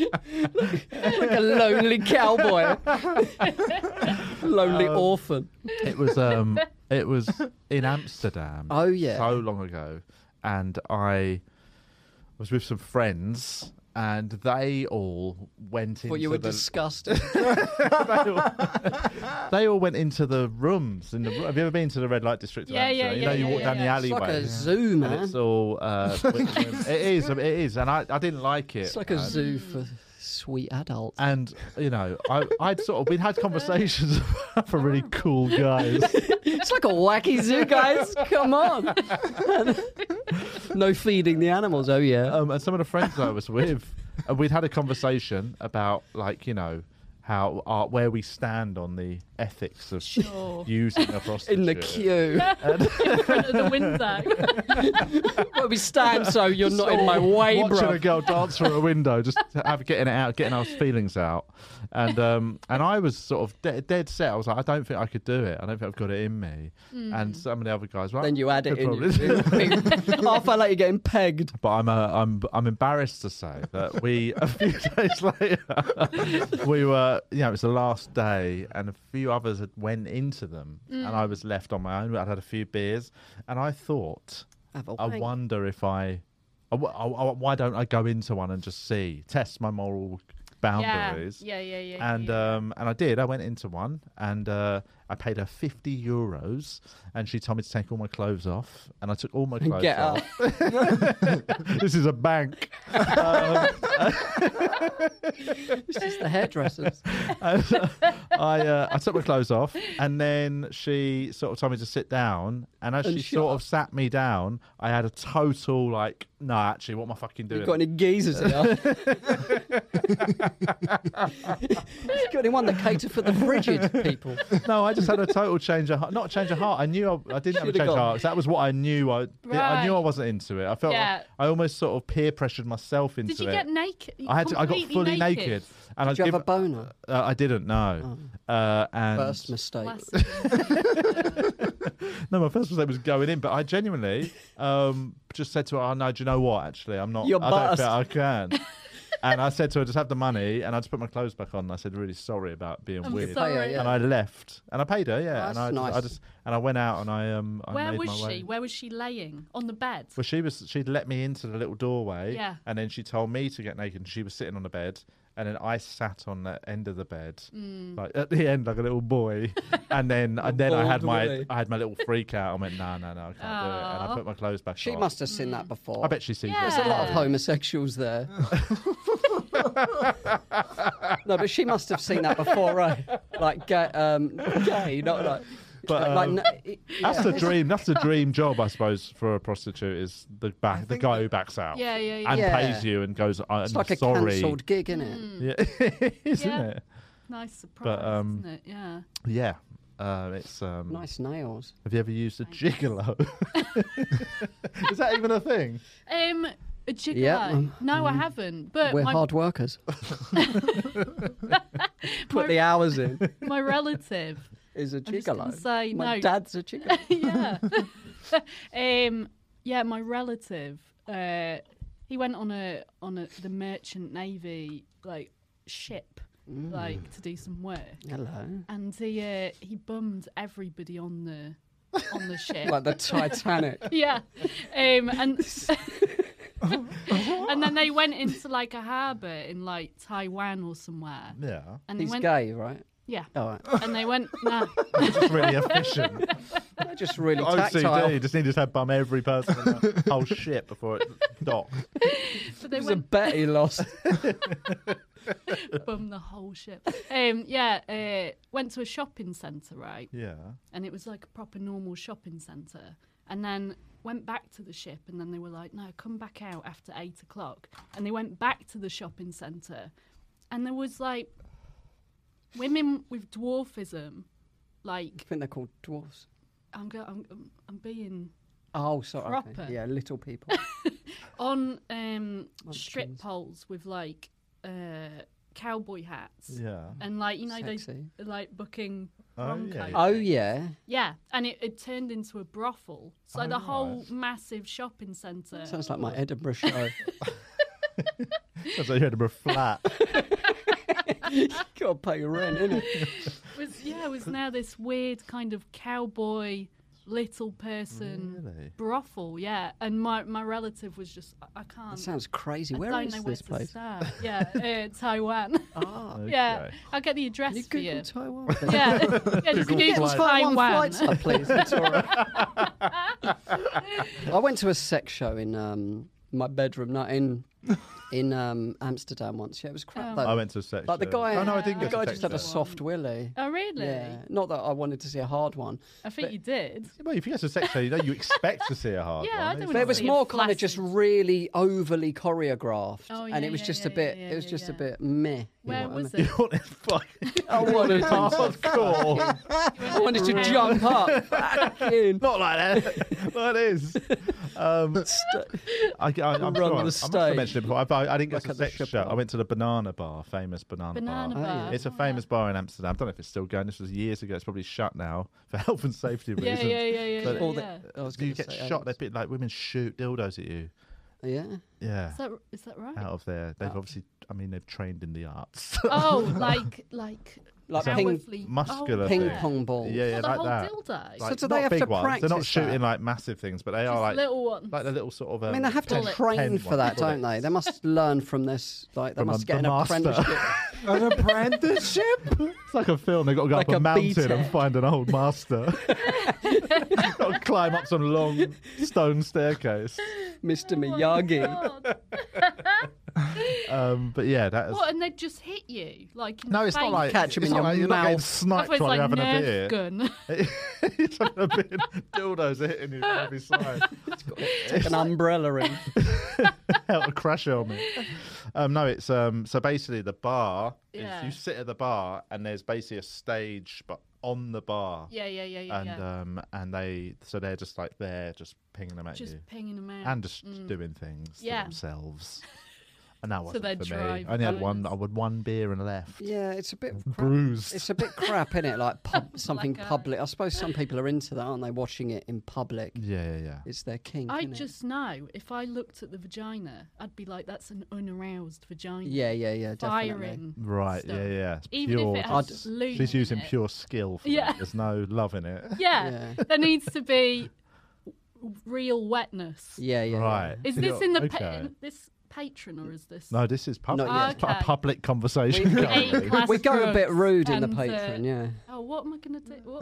C: like a lonely cowboy,
E: Um,
C: lonely orphan.
E: It was um, it was in Amsterdam.
C: Oh, yeah.
E: so long ago, and I was with some friends, and they all went into
C: But you were
E: the,
C: disgusted.
E: they, all, they all went into the rooms. In the, have you ever been to the red light district? of
B: Yeah, yeah,
E: Amsterdam? You
B: yeah,
E: know, you
B: yeah,
E: walk
B: yeah,
E: down
B: yeah.
E: the
C: It's like
E: alleyway.
C: a zoo, man.
E: And it's all. Uh, witch women. it is. It is, and I, I didn't like it.
C: It's like a
E: Um,
C: zoo for sweet adults.
E: And you know, I, I'd sort of we'd had conversations about for really cool guys.
C: It's like a wacky zoo, guys. Come on. no feeding the animals. Oh yeah.
E: um, and some of the friends I was with, and we'd had a conversation about like you know how our, where we stand on the ethics of
B: Sure.
E: using a prostitute
C: In the queue.
B: in front of the window.
C: Where we stand, so you're not in my way,
E: Watching
C: bro.
E: a girl dance through a window, just to have getting it out, getting our feelings out, and um, and I was sort of de- dead set. I was like, I don't think I could do it. I don't think I've got it in me. And some of the other guys, well,
C: Then you add it
E: could
C: in.
E: probably-
C: Half hour later, you're getting pegged.
E: But I'm uh, I'm I'm embarrassed to say that we a few days later we were you know it was the last day and a few others had went into them and I was left on my own. I'd had a few beers and I thought
C: Have a
E: I
C: wank.
E: wonder if I, I w- I- I- why don't I go into one and just see test my moral
B: yeah.
E: boundaries.
B: yeah, yeah, yeah, yeah.
E: And
B: yeah.
E: um and I did. I went into one and uh, I paid her fifty euros, and she told me to take all my clothes off, and I took all my clothes
C: Get
E: off
C: up.
E: this is a bank.
C: This is the hairdressers.
E: And, uh, I uh, I took my clothes off, and then she sort of told me to sit down. And as
C: And
E: she
C: shut
E: sort
C: up.
E: of sat me down, I had a total like, no, actually, what am I fucking doing?
C: You got any geezers here? you got anyone that cater for the frigid people?
E: no, I just had a total change of heart. Not a change of heart. I knew I, I didn't have a
C: Should've
E: change of
C: gone.
E: heart. 'cause That was what I knew. I I knew I
B: Right.
E: wasn't into it. I felt
B: Yeah.
E: I almost sort of peer pressured myself into
B: Did you
E: it.
B: get naked?
E: I had to, I got
B: Completely
E: fully naked, and I
C: Do you have
E: give,
C: a boner?
E: uh, I didn't know. Uh, and
C: First mistake.
B: Classic.
E: No, my first mistake was going in, but I genuinely um, just said to her, oh, no, do you know what? Actually, I'm not.
C: You're
E: I
C: bust.
E: don't think I can. and I said to her, just have the money. And I just put my clothes back on. And I said, really sorry about being
B: I'm
E: weird. Oh,
B: sorry.
C: Oh, Yeah, yeah. Oh,
E: And I left. And I paid her, yeah.
C: That's
E: and I,
C: nice.
E: I just and I went out and I um I
B: Where
E: made
B: was
E: my
B: she?
E: way.
B: Where was she laying? On the bed.
E: Well, she was she'd let me into the little doorway,
B: Yeah.
E: and then she told me to get naked. And she was sitting on the bed, and then I sat on the end of the bed,
B: Mm.
E: like at the end, like a little boy. and then and then I had
C: bald
E: my
C: Willy.
E: I had my little freak out. I went, no, no, no, I can't do it. And I
B: Aw.
E: put my clothes back
C: She
E: on.
C: must have seen that before.
E: I bet she sees
B: Yeah.
E: it.
C: There's a lot of homosexuals there. no, but she must have seen that before, right? Like gay, um, gay not like.
E: But,
C: like,
E: um,
C: n- yeah.
E: That's the dream. That's the dream job, I suppose, for a prostitute is the back, the guy who backs out,
B: Yeah, yeah, yeah.
E: and
C: Yeah.
E: pays you and goes, I'm
C: It's like a
E: sorry.
C: cancelled gig, isn't it?
B: Hmm.
E: yeah, isn't
B: Yeah.
E: it?
B: Nice surprise,
E: um,
B: isn't it? Yeah.
E: Yeah, uh, it's um,
C: Nice nails.
E: Have you ever used a gigolo? Is that even a thing?
B: Um, a gigolo.
C: um,
B: no, I haven't. But
C: We're
B: my,
C: hard workers.
B: my,
C: Put the hours in.
B: my relative.
C: Is a
B: I'm just gonna
C: gigolo.
B: say
C: My
B: no.
C: dad's a gigolo.
B: yeah. um, yeah, my relative. Uh, he went on a on a, the merchant navy like ship,
C: Mm.
B: like to do some work,
C: Hello.
B: and he uh, he bummed everybody on the on the ship.
C: Like the Titanic.
B: yeah, um, and and then they went into like a harbour in like Taiwan or somewhere,
E: Yeah.
B: and
C: He's
B: they went
C: gay, right?
B: yeah,
C: All right.
B: and they went nah.
E: It's really efficient.
C: They're just really tactile.
E: OCD, just needed to bum every person in the whole ship before it docked.
B: So
C: It
B: they
C: was a
B: went
C: bet he lost.
B: bum the whole ship. Um, yeah, uh, went to a shopping centre, right?
E: Yeah.
B: And it was like a proper normal shopping centre. And then went back to the ship, and then they were like, no, come back out after eight o'clock. And they went back to the shopping centre, and there was like women with dwarfism.
C: I
B: Like,
C: think they're called dwarfs.
B: I'm, go- I'm, I'm- I'm being
C: Oh, sorry. okay.
B: Proper.
C: Yeah, little people.
B: on um, strip poles with like uh, cowboy hats.
E: Yeah.
B: And like, you know,
C: Sexy.
B: they like booking.
E: Oh, yeah,
B: Bronco.
E: yeah.
C: Oh, yeah.
B: Yeah, and it, it turned into a brothel. So the whole massive shopping centre.
C: Oh, Sounds like my Edinburgh show.
E: That's like you had a flat.
C: Gotta pay your rent, innit?
B: was yeah, it was now this weird kind of cowboy little person
E: Really?
B: brothel. Yeah, and my my relative was just I- I can't.
C: That sounds crazy.
B: I
C: Where is
B: don't know where
C: this
B: to
C: place?
B: start. Yeah, uh, Taiwan.
C: Ah,
E: Okay.
B: Yeah, I'll get the address
C: You
B: for
C: Google
B: you.
C: Taiwan.
B: Yeah, yeah, just Google Taiwan. Oh,
C: flight side, please. It's all right. I went to a sex show in um, my bedroom, not in in um, Amsterdam once. Yeah, it was crap.
B: Oh.
C: though.
E: I went to a section.
C: Like the guy,
E: Oh no, I didn't
C: the
E: get
C: guy
E: to
C: just had a
E: section.
C: soft willy.
B: Oh really?
C: Yeah, not that I wanted to see a hard one,
B: I think you did.
E: Well, if you get to a section, you know you expect to see a hard
B: Yeah, I
E: one.
B: don't
E: It's
B: wanna
C: but
E: like-
C: it was
B: see a
C: more kind of just
B: flaccid-
C: really overly choreographed,
B: Oh,
C: and
B: yeah,
C: it was
B: yeah,
C: just a
B: yeah,
C: bit.
B: yeah,
C: it was
B: yeah,
C: just a
B: yeah.
C: bit meh.
B: Where was
E: You
B: it?
E: want it fucking
C: I wanted, to,
E: hardcore.
C: I wanted to jump up. Fucking
E: Not like that. well, it is. Um, I, I, I'm
C: Run
E: sure
C: the
E: I, I must
C: stage.
E: have mentioned it before. I, I, I didn't go
C: Like
E: to
C: at the
E: sex
C: strip
E: show.
C: club. Oh,
E: I went to the Banana Bar, famous Banana,
B: Banana
E: Bar.
B: bar. Oh,
E: It's a famous bar in Amsterdam. I don't know if it's still going. This was years ago. It's probably shut now for health and safety
B: Yeah,
E: reasons.
B: yeah, yeah, yeah.
E: But
B: yeah,
C: all
B: yeah.
C: the- I was
E: You
C: gonna
E: get
C: say,
E: shot. They
C: Alex.
E: bit like women shoot dildos at you.
C: Yeah.
E: Yeah,
B: Is that is that right?
E: out of there. They've obviously. I mean, they've trained in the arts.
B: Oh, like like
C: Like
E: Some
C: ping,
B: outwardly-
E: muscular
B: oh,
C: ping
E: thing.
C: pong balls.
E: yeah, yeah,
B: Not the
E: like
B: whole
E: that.
B: dildo.
E: Like,
C: do they
E: not
C: have
E: big
C: to
E: ones. They're not
C: practice that?
E: shooting like massive things, but they
B: just
E: are like
B: little ones.
E: like the little sort of. Um,
C: I mean, they have to
B: Bullet.
C: train
E: Pen
C: for
E: one,
C: that,
E: bullet.
C: don't they? They must learn from this. Like they
E: From a-
C: must get an
E: the master.
C: apprenticeship.
D: An apprenticeship?
E: It's like a film. They've got to go
C: Like
E: up a,
C: a
E: mountain and
C: B-Tech.
E: find an old master. got to climb up some long stone staircase.
C: Mr.
B: Oh my
C: Miyagi.
B: God.
E: Um, but yeah, that is.
B: What? And they just hit you like in
E: No,
B: the
E: it's not
B: face?
E: like
C: Catch 'em
E: it's
C: in
E: not
C: your
E: like you're not getting
C: mouth.
B: I thought
E: sniped
B: it's
E: while
B: like
E: you're having
B: Nerf
E: a beer.
B: gun.
E: You're having a beer. Dildos are hitting you from every side.
C: Take an umbrella in.
E: Out a crash helmet. Um, no, it's um. So basically, the bar
B: Yeah.
E: is you sit at the bar and there's basically a stage, but on the bar.
B: yeah, yeah, yeah, yeah.
E: And
B: yeah.
E: um and they so they're just like there just pinging them at
B: just
E: you.
B: pinging them out.
E: uh, and just doing things to
B: Yeah.
E: themselves. And that wasn't
B: they're
E: for me.
B: dry
E: I only had
B: vaginas.
E: one. I had one beer and left.
C: Yeah, it's a bit of crap.
E: Bruised.
C: It's a bit crap, is it? Like
B: Oh
C: pub, something
B: Like a-
C: public. I suppose some people are into that, aren't they? Watching it in public.
E: yeah, yeah, yeah.
C: It's their kink.
B: I
C: innit?
B: just know if I looked at the vagina, I'd be like, "That's an unaroused vagina."
C: Yeah, yeah, yeah, definitely.
B: firing.
E: Right.
B: stuff.
E: Yeah, yeah. It's
B: Even if
E: pure.
B: it
E: just-
B: has lube
E: she's
B: in
E: using
B: it.
E: pure skill. For
B: Yeah.
E: yeah. There's no love in it.
B: Yeah,
C: Yeah.
B: there needs to be w- real wetness.
C: Yeah, yeah.
E: Right.
B: Is this in the pa-
E: Okay.
B: in this patron or is this?
E: No, this is public.
C: Not yet.
E: It's not
B: Okay.
E: a public conversation.
C: We-
E: currently.
B: A class
C: We go a bit
B: drugs
C: rude in the
B: and, uh,
C: patron, yeah.
B: Oh, what am I gonna do? What,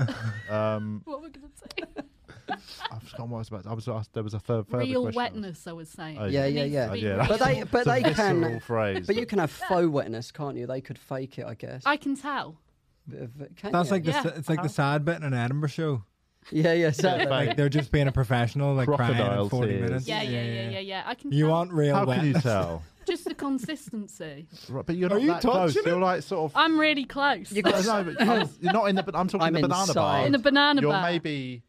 E: um,
B: what am I gonna say?
E: I've forgotten what I was about. To, I was asked. There was a third. further
B: real
E: question.
B: wetness, I was saying.
E: Oh,
C: Yeah,
B: It
C: yeah,
B: needs
C: yeah.
B: to be
E: Yeah,
B: real.
C: But they, but
E: It's a
C: they
E: visceral
C: can.
E: Phrase.
C: But you can have faux wetness, can't you? They could fake it, I guess.
B: I can tell.
C: Bit of- can
D: That's
C: you?
D: like the,
B: Yeah. Uh-huh.
D: s- it's like the sad bit in an Edinburgh show.
C: yeah, yeah. Exactly.
E: Fake.
D: Like they're just being a professional, like crying in
E: Crocodile
D: 40
E: tears.
D: minutes.
B: Yeah, yeah, yeah, yeah, yeah. I can.
D: You
B: tell.
D: want real
E: How
D: wet.
E: can you tell?
B: just the consistency.
E: Right, but you're
D: Are
E: not
D: you
E: that close.
D: touching
E: You're like sort of
B: I'm really close.
C: You
E: No,
C: got
E: no, but I was- you're not in the. But I'm talking
C: I'm
E: the banana bar.
C: inside.
B: In the banana
E: you're
B: bar.
E: maybe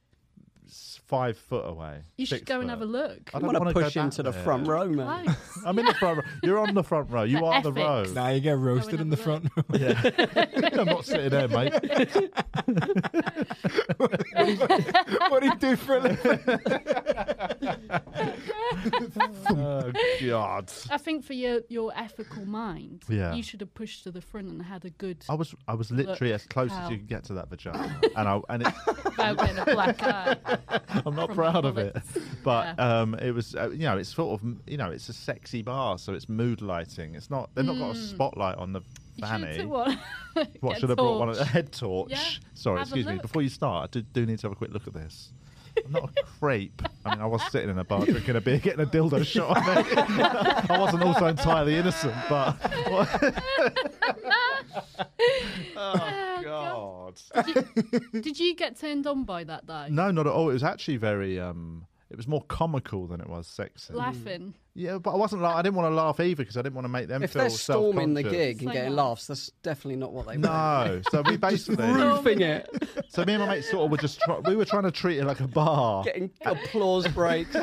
E: s- five foot away.
B: you
E: six
B: should go and
E: foot.
B: have a look.
E: I
C: I
E: don't
C: want to
E: wanna go
C: push
E: back
C: into the
E: there.
C: front row, man.
B: Close.
E: I'm in the front. row. You're on the front row. You
B: The
E: are the row.
B: ethics.
D: Now you get roasted in the
B: have a
D: front
B: look.
D: row.
E: Yeah, I'm not sitting there, mate.
D: what do you do for a living?
E: Oh God.
B: I think for your, your ethical mind,
E: Yeah.
B: you should have pushed to the front and had a good
E: I was I was literally
B: Look
E: as close
B: how-
E: as you could get to that vagina, and I and it,
B: about getting a black eye.
E: I'm not
B: From
E: proud
B: the
E: of it, but um, it was uh, you know it's sort of you know it's a sexy bar, so it's mood lighting. It's not they've not got a spotlight on the
B: Mm. You should
E: fanny.
B: have took one.
E: What
B: Get
E: should
B: a
E: have brought one?
B: torch.
E: A head torch.
B: Yeah,
E: Sorry,
B: have a
E: excuse me.
B: look.
E: Before you start, I do, do need to have a quick look at this. I'm not a creep. I mean, I was sitting in a bar drinking a beer, getting a dildo shot. on me. I wasn't also entirely innocent, but
B: Oh, God.
E: God.
B: Did you get turned on by that though?
E: No, not at all. It was actually very. um It was more comical than it was sexy.
B: Laughing.
E: yeah, but I wasn't. Like, I didn't want to laugh either because I didn't want to make them
C: If
E: feel
C: they're storming the
E: self-conscious.
C: gig and
B: Say
C: getting
B: no.
C: laughs, that's definitely not what they want.
E: No, so we basically.
C: Roofing it,
E: so me and my mate sort of were just. Try, we were trying to treat it like a bar.
C: getting applause breaks.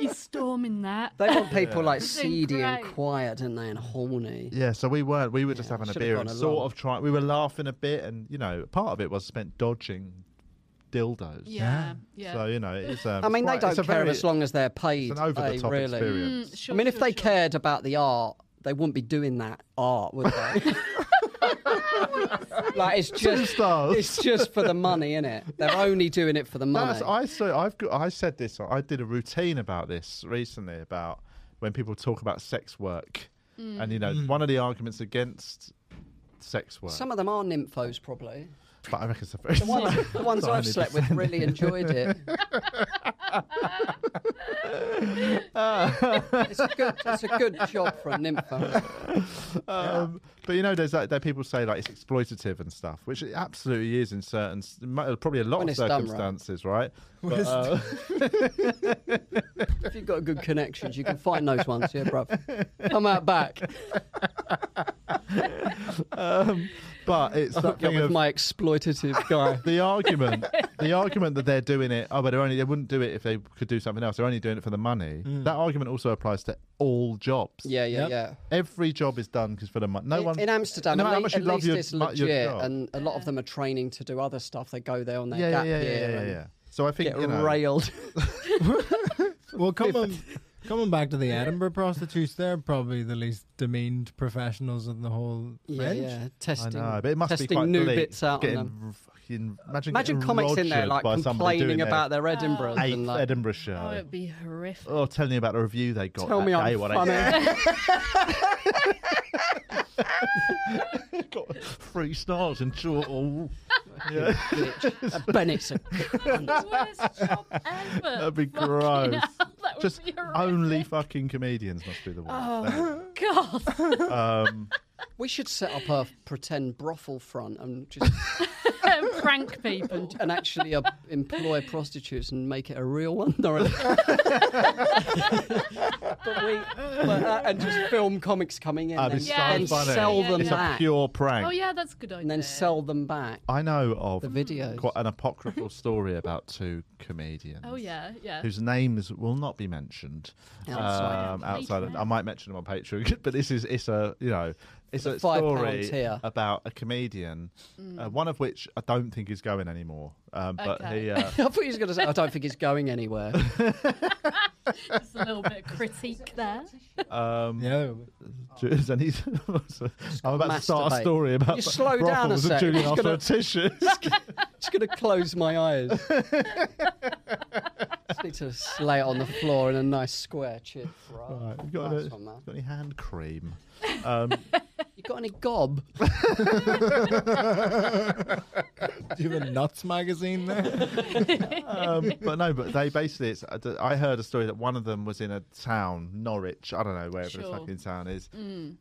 B: He's storming that.
C: They want people like
B: Doing
C: seedy and
B: great.
C: quiet, don't they, and horny.
E: Yeah, so we weren't. We were just
C: Yeah,
E: having a
C: should've
E: beer
C: gone
E: and sort
C: along.
E: of trying. We were laughing a bit, and you know, part of it was spent dodging dildos.
B: Yeah, yeah. Mm,
E: So you know, it's. Um,
C: I mean,
E: it's
C: they
E: quite-
C: don't
E: it's a
C: care
E: very-
C: as long as they're paid.
E: It's an over the
C: eh,
E: top
C: really.
E: experience.
B: Mm, sure,
C: I mean, if
B: sure,
C: they
B: sure.
C: cared about the art, they wouldn't be doing that art, would they? Like it's
E: Two
C: just
E: stars.
C: it's just for the money, is it? They're only doing it for the money.
E: That's, I so I've got, I said this. I did a routine about this recently about when people talk about sex work, and you know one of the arguments against sex work.
C: Mm. Some of them are nymphos, probably.
E: but I reckon it's a very
C: The ones, the ones I've slept with really enjoyed it. it's a good, it's a good job for a nympho.
E: Um, But you know, there's that, that people say like it's exploitative and stuff, which it absolutely is in certain, s- mo- probably a lot
C: When
E: of
C: it's done right.
E: circumstances, right? But,
D: Where's-
E: uh,
C: If you've got good connections, you can find those ones, yeah, bruv. Come out back.
E: um, but it's that
C: Yeah,
E: thing
C: with
E: of
C: my exploitative guy.
E: the argument, the argument that they're doing it. Oh, but they're only they wouldn't do it if they could do something else. They're only doing it for the money. That argument also applies to all jobs.
C: Mm. Yeah, yeah,
D: Yep.
C: yeah.
E: Every job is done because for the money. No
C: in,
E: one
C: in Amsterdam,
E: no matter
C: at,
E: how
C: le-
E: much
C: at
E: you love
C: least
E: your-
C: it's
E: mu- your
C: legit,
E: job.
C: and a lot of them are training to do other stuff. They go there on their
E: yeah,
C: gap
E: yeah, yeah,
C: year
E: yeah, yeah,
C: and
E: yeah. So I think
C: get
E: you know,
C: railed.
D: Well, coming coming back to the Edinburgh prostitutes, they're probably the least demeaned professionals in the whole
C: yeah,
D: range.
C: yeah,
E: I
C: testing,
E: know, but it must
C: testing
E: be quite
C: new
E: bleak
C: bits out
E: getting
C: on them.
E: r- fucking- imagine,
C: Imagine
E: getting
C: comics in there
E: rogered
C: like
E: by somebody doing
C: complaining
E: their
C: about their Edinburghs
E: eighth
C: and like,
E: Edinburgh
B: Oh,
E: show.
B: it'd be horrific.
E: Oh, telling you about the review they got.
C: tell
E: that
C: me
E: day
C: I'm
E: when
C: funny.
E: I got three stars and two. oh. all.
C: bitch. Bennett's a
B: the worst job ever.
E: That'd be
B: Fucking
E: gross.
B: hell, That would
E: Just
B: be horrific.
E: only fucking comedians must be the
B: Oh.
E: one.
B: God.
E: Um,
C: We should set up a pretend brothel front and just
B: Prank people.
C: and actually uh, employ prostitutes and make it a real one. No, really. but we but, uh, and just film comics coming in
E: that'd
C: and
E: be
B: Yeah,
E: Ah, so
C: then
E: funny.
C: sell
B: Yeah,
C: them
E: it's a
C: back
E: pure prank.
B: Oh, yeah, that's a good idea.
C: and then sell them back
E: I know of
C: the
B: Mm.
C: videos.
E: quite an apocryphal story about two comedians.
B: Oh, yeah, yeah.
E: Whose names will not be mentioned
C: Oh, Outside.
E: Um, outside of- I might mention them on Patreon, but this is it's a you know it's
C: The
E: a
C: five pound
E: story
C: tier. Mm.
E: about a comedian, uh, one of which I don't think is going anymore. Um, But
B: Okay.
E: he uh,
C: I thought he was going to say, I don't think it's going anywhere.
B: Just a little bit of critique there.
E: um,
D: Yeah, they-
E: Jews, and he's. I'm about to start a
C: masturbate.
E: story about
C: You slow down a
E: brothels and
C: sec.
E: Julian
C: He's gonna-
E: Austerticians.
C: Just going to close my eyes. Just need to s- lay it on the floor in a nice square. Cheers, bro.
E: Right, you got,
C: Nice
E: any-
C: one, man.
E: got any hand cream? Um,
C: You got any gob?
D: do you have a nuts magazine there?
E: um, but no, but they basically. It's, I d- I heard a story that one of them was in a town, Norwich. I don't know wherever the
B: Sure.
E: fucking town is,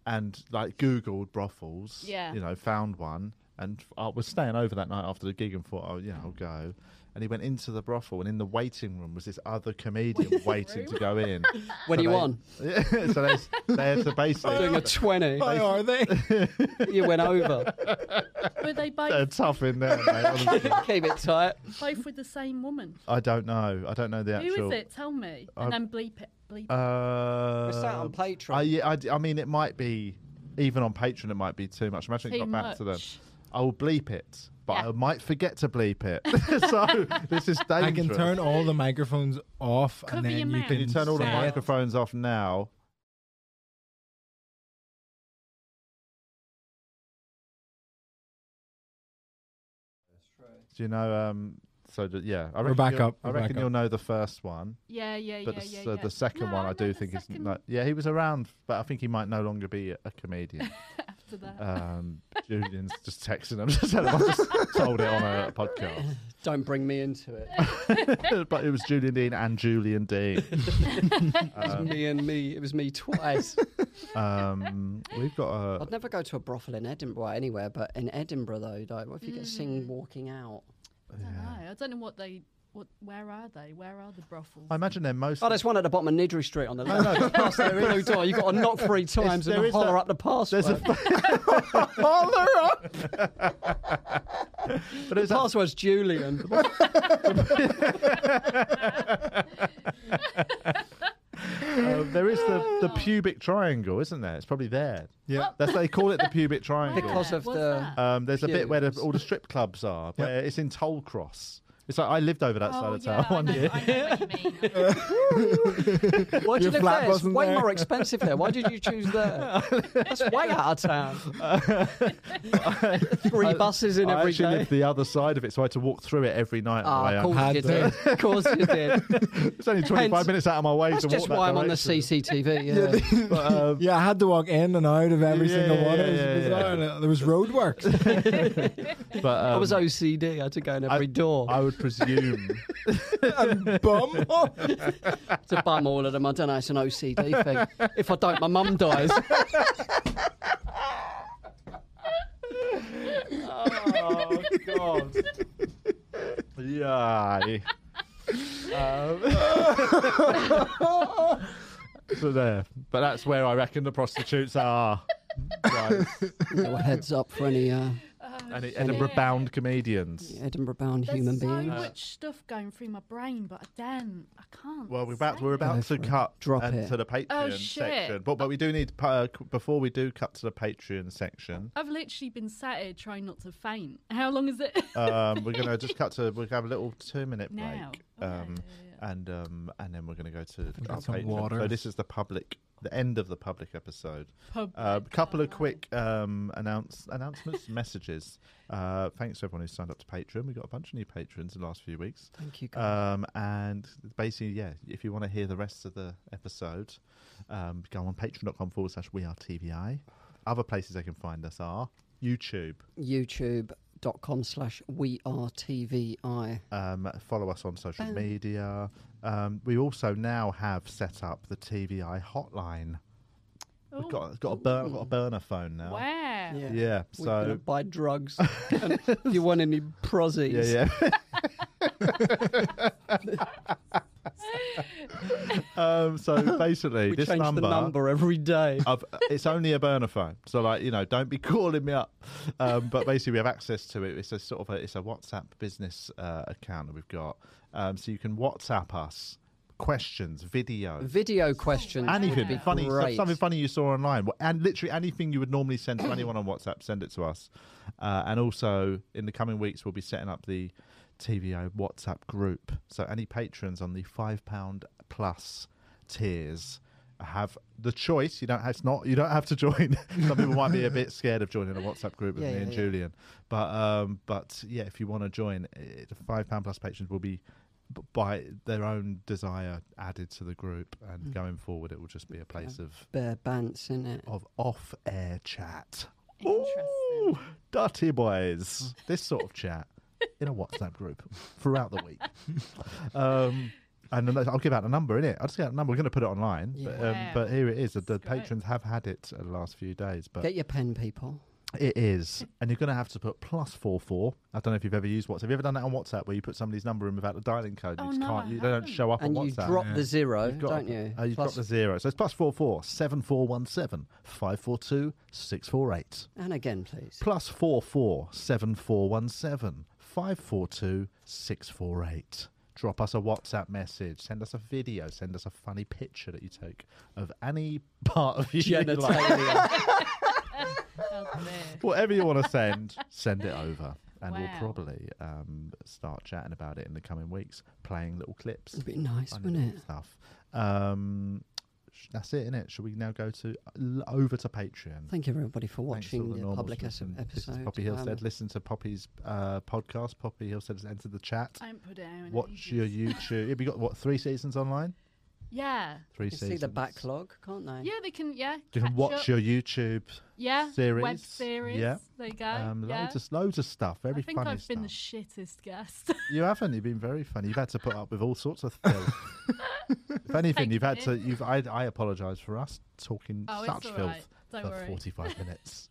E: and like Googled brothels.
B: Yeah.
E: you know, found one, and I was staying over that night after the gig and thought, oh, yeah, I'll go. And he went into the brothel, and in the waiting room was this other comedian waiting to go in.
C: When
E: So
C: you
E: they-
C: on?
E: Yeah, so they, they had to basically
C: Doing a 20.
D: Why are they?
C: You went over.
B: Were
E: they're
B: they both,
E: tough in there. Mate, honestly.
C: Keep it tight.
B: both with the same woman?
E: I don't know. I don't know the actual.
B: Who is it? Tell me. And then bleep it. Bleep it.
E: Uh,
C: It's out on Patreon.
E: I, yeah, I d- I mean, it might be even on Patreon. It might be too much. Imagine it
B: Too
E: got back to them.
B: much.
E: I will bleep it, but
B: Yeah.
E: I might forget to bleep it. so this is dangerous.
D: I can turn all the microphones off,
B: Cover
D: and then
B: your
D: you
B: mouth.
D: can
E: Can you turn all the
D: say it.
E: microphones off now? Do you know? Um, so that, yeah, I reckon
D: back
E: you'll-
D: up,
E: I
D: we're back
E: reckon you'll
D: up.
E: know the first one.
B: Yeah, yeah,
E: But
B: yeah,
E: the,
B: yeah,
E: s- uh,
B: yeah.
E: the second
B: No,
E: one,
B: I
E: I,
B: know
E: do
B: the
E: think is
B: second
E: no- yeah, he was around, but I think he might no longer be a comedian.
B: after that.
E: Um, Julian's just texting him. Just telling him I just told it on a, podcast,
C: Don't bring me into it.
E: but it was Julian Dean and Julian Dean.
C: It was me and me. It was me twice.
E: Um, we've got a.
C: I'd never go to a brothel in Edinburgh, well, anywhere, but in Edinburgh though, like, what if you get seen walking out?
B: I don't know. I don't know what they. What? Where are they? Where are the brothels?
E: I imagine they're most.
C: Oh, there's one at the bottom of Nidri Street on the left.
E: know, but-
C: Past their inner door. You've got to knock three times
E: there
C: and
E: is
C: holler up
E: that-
C: the password.
E: there's a
C: holler up.
E: but it's that,
C: Password's Julian.
E: uh, there is the, the pubic triangle, isn't there? It's probably there.
D: Yeah.
E: That's they call it the pubic triangle.
C: Because of
B: What's
C: the-
B: that?
E: um, there's a bit where the,
C: Pubes.
E: all the strip clubs are. Where it's in Toll Cross. It's like I lived over
B: Oh,
E: that side of town one
F: I know,
E: year.
F: I know what you mean.
C: Why did you live
D: Your
C: there?
D: flat
C: It's
D: wasn't
C: way
D: there.
C: more expensive there. Why did you choose there? That's way out of town. Three buses in
E: I
C: every
E: actually
C: day.
E: lived the other side of it, so I had to walk through it every night. on
C: Ah,
E: the
C: of
E: way
C: course
E: home.
D: Had
C: you
D: to.
C: did. Of course you did.
E: It's only 25
C: Hence-
E: minutes out of my way
C: That's
E: to walk
C: just
E: that
C: why I'm on the uh,
E: direction.
C: CCTV. Yeah.
E: But, um,
D: Yeah, I had to walk in and out of every
E: Yeah,
D: single
E: yeah,
D: one. It was
E: yeah, yeah,
D: bizarre.
E: yeah.
D: There was road works.
E: but um,
C: I was OCD. I had to go in
E: I-
C: every door
E: I would presume.
D: Bum.
C: to bum all of them. I don't know. It's an OCD thing. If I don't, my mum dies.
E: oh God. Yeah. Um, so there, but that's where I reckon the prostitutes are. Right.
C: Little heads up for any uh,
E: And Edinburgh bound comedians.
C: Edinburgh bound
B: There's
C: human
B: so
C: beings.
E: Uh,
B: much stuff going through my brain, but I then I can't.
E: Well, we're about
B: say
E: we're about
D: Nice
E: to
D: one.
E: cut
C: Drop
E: uh,
C: it.
E: to the Patreon
B: shit.
E: section, but but we do need uh, c- before we do cut to the Patreon section.
B: I've literally been sat here trying not to faint. How long is it?
E: Um, we're gonna just cut to we're gonna have a little two minute break,
B: Now. Okay,
E: um,
B: yeah,
E: and um, and then we're gonna go to
D: Get
E: our
D: some
E: Patreon.
D: water.
E: So this is the public, the end of the public episode. Uh,
B: Pub.
E: A couple of quick um, announce announcements, messages. Uh, thanks to everyone who signed up to Patreon. We got a bunch of new patrons in the last few weeks.
C: Thank you. guys.
E: Um, and basically, yeah, if you want to hear the rest of the episode, um, go on patreon.com forward slash we are TVI. Other places they can find us are YouTube.
C: YouTube.com slash we are TVI.
E: Um, follow us on social
C: Oh.
E: media. Um, we also now have set up the TVI hotline.
B: Ooh.
E: We've got, got, a burner, got a burner phone now.
B: Wow.
E: Yeah,
C: We're gonna
E: so.
C: buy drugs. And if you want any prozzies?
E: Yeah, yeah. um, so basically,
C: We
E: this
C: change
E: number,
C: the number every day.
E: I've, uh, it's only a burner phone, so like you know, don't be calling me up. Um, but basically, we have access to it. It's a sort of a, it's a WhatsApp business uh, account that we've got, um, so you can WhatsApp us questions, video,
C: Video questions. would
E: anything
C: be
E: funny, so-
C: great.
E: something funny you saw online, Wha- and literally anything you would normally send to anyone on WhatsApp, send it to us. Uh, and also, in the coming weeks, we'll be setting up the TVO WhatsApp group. So any patrons on the five pound plus tiers have the choice. You don't. It's not. You don't have to join. Some people might be a bit scared of joining a WhatsApp group with
C: Yeah,
E: me
C: yeah,
E: and
C: yeah.
E: Julian, but um, but yeah, if you want to join, eh, the five pound plus patrons will be b- by their own desire added to the group and
C: Mm.
E: going forward it will just be a place of
C: Bare bants, in it?
E: of off air chat
B: Interesting.
E: Ooh, dirty boys this sort of chat in a whatsapp group throughout the week um and then I'll give out a number in it. I'll just get out a number. We're going to put it online, but, um,
B: Yeah.
E: but here it is. The, the
B: That's great.
E: patrons have had it uh, the last few days, but
C: Get your pen, people.
E: it is, and you're going to have to put plus four four. I don't know if you've ever used WhatsApp. Have you ever done that on WhatsApp where you put somebody's number in without the dialing code?
B: Oh,
E: you just
B: no,
E: can't.
B: I
E: You, they don't
B: haven't.
E: show up
C: and
E: on
C: you
E: WhatsApp.
C: drop the
D: Yeah.
C: zero,
E: You've got
C: don't
E: a-
C: you?
E: Uh, you've
C: Plus-
E: got the zero. So it's plus four four seven four one seven five four two six four eight.
C: and again, please.
E: Plus four four seven four one seven five four two six four eight. Drop us a WhatsApp message. Send us a video. Send us a funny picture that you took of any part of you. like-
C: Genitalia.
B: Out there.
E: whatever you want to send, send it over. And we'll
B: Wow.
E: probably um, start chatting about it in the coming weeks, playing little clips,
C: It'd be nice,
E: funny
C: wouldn't
E: little
C: it?
E: stuff. Um, sh- that's it, innit? Should we now go to l- over to Patreon?
C: Thank you, everybody, for
E: Thanks to all
C: watching the,
E: normals.
C: public es-
E: Listen, this is
C: episode. um,
E: Poppy Hillstead, listen to Poppy's uh, podcast. Poppy Hillstead has entered the chat.
B: I haven't put it out. in
E: Watch
B: ages.
E: your YouTube. Have you got what three seasons online?
B: Yeah.
E: Three
C: you
E: seasons.
C: see the backlog, can't they?
B: Yeah, they can. Yeah.
E: You can
B: catch
E: watch
B: up.
E: your YouTube.
B: yeah web
E: series.
B: series.
E: Yeah.
B: There you go.
E: Um,
B: Uh, yeah.
E: loads, of, loads of stuff. Very
B: I think
E: funny
B: I've
E: stuff.
B: been the shittest guest.
E: You haven't. You've been very funny. You've had to put up with all sorts of filth. if anything,
B: Thank
E: you've had
B: you.
E: to. You've. I, I apologise for us talking
B: oh,
E: such
B: it's all
E: filth
B: right. Don't
E: for
B: worry.
E: 45 minutes.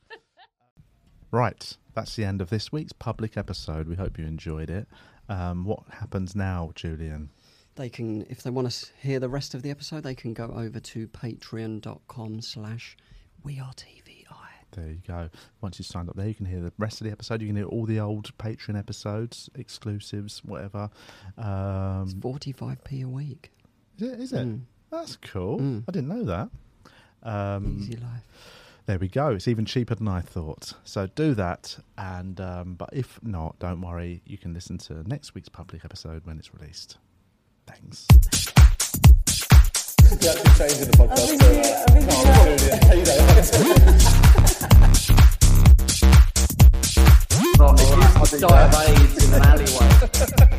E: right, that's the end of this week's public episode. We hope you enjoyed it. Um, what happens now, Julian?
C: They can, if they want to hear the rest of the episode, they can go over to patreon.com slash we are TVI.
E: There you go. Once you signed up there, you can hear the rest of the episode. You can hear all the old Patreon episodes, exclusives, whatever.
C: It's
E: Um,
C: 45p a week.
E: is it? Is it?
C: Mm.
E: That's cool.
C: Mm.
E: I didn't know that. Um,
C: Easy life.
E: There we go. It's even cheaper than I thought. So do that. And um, but if not, don't worry. You can listen to next week's public episode when it's released. Thanks.
G: We're actually changing the podcast. so, uh, no, we're probably doing it. You know, like I said,
C: I'll die of AIDS in an alleyway.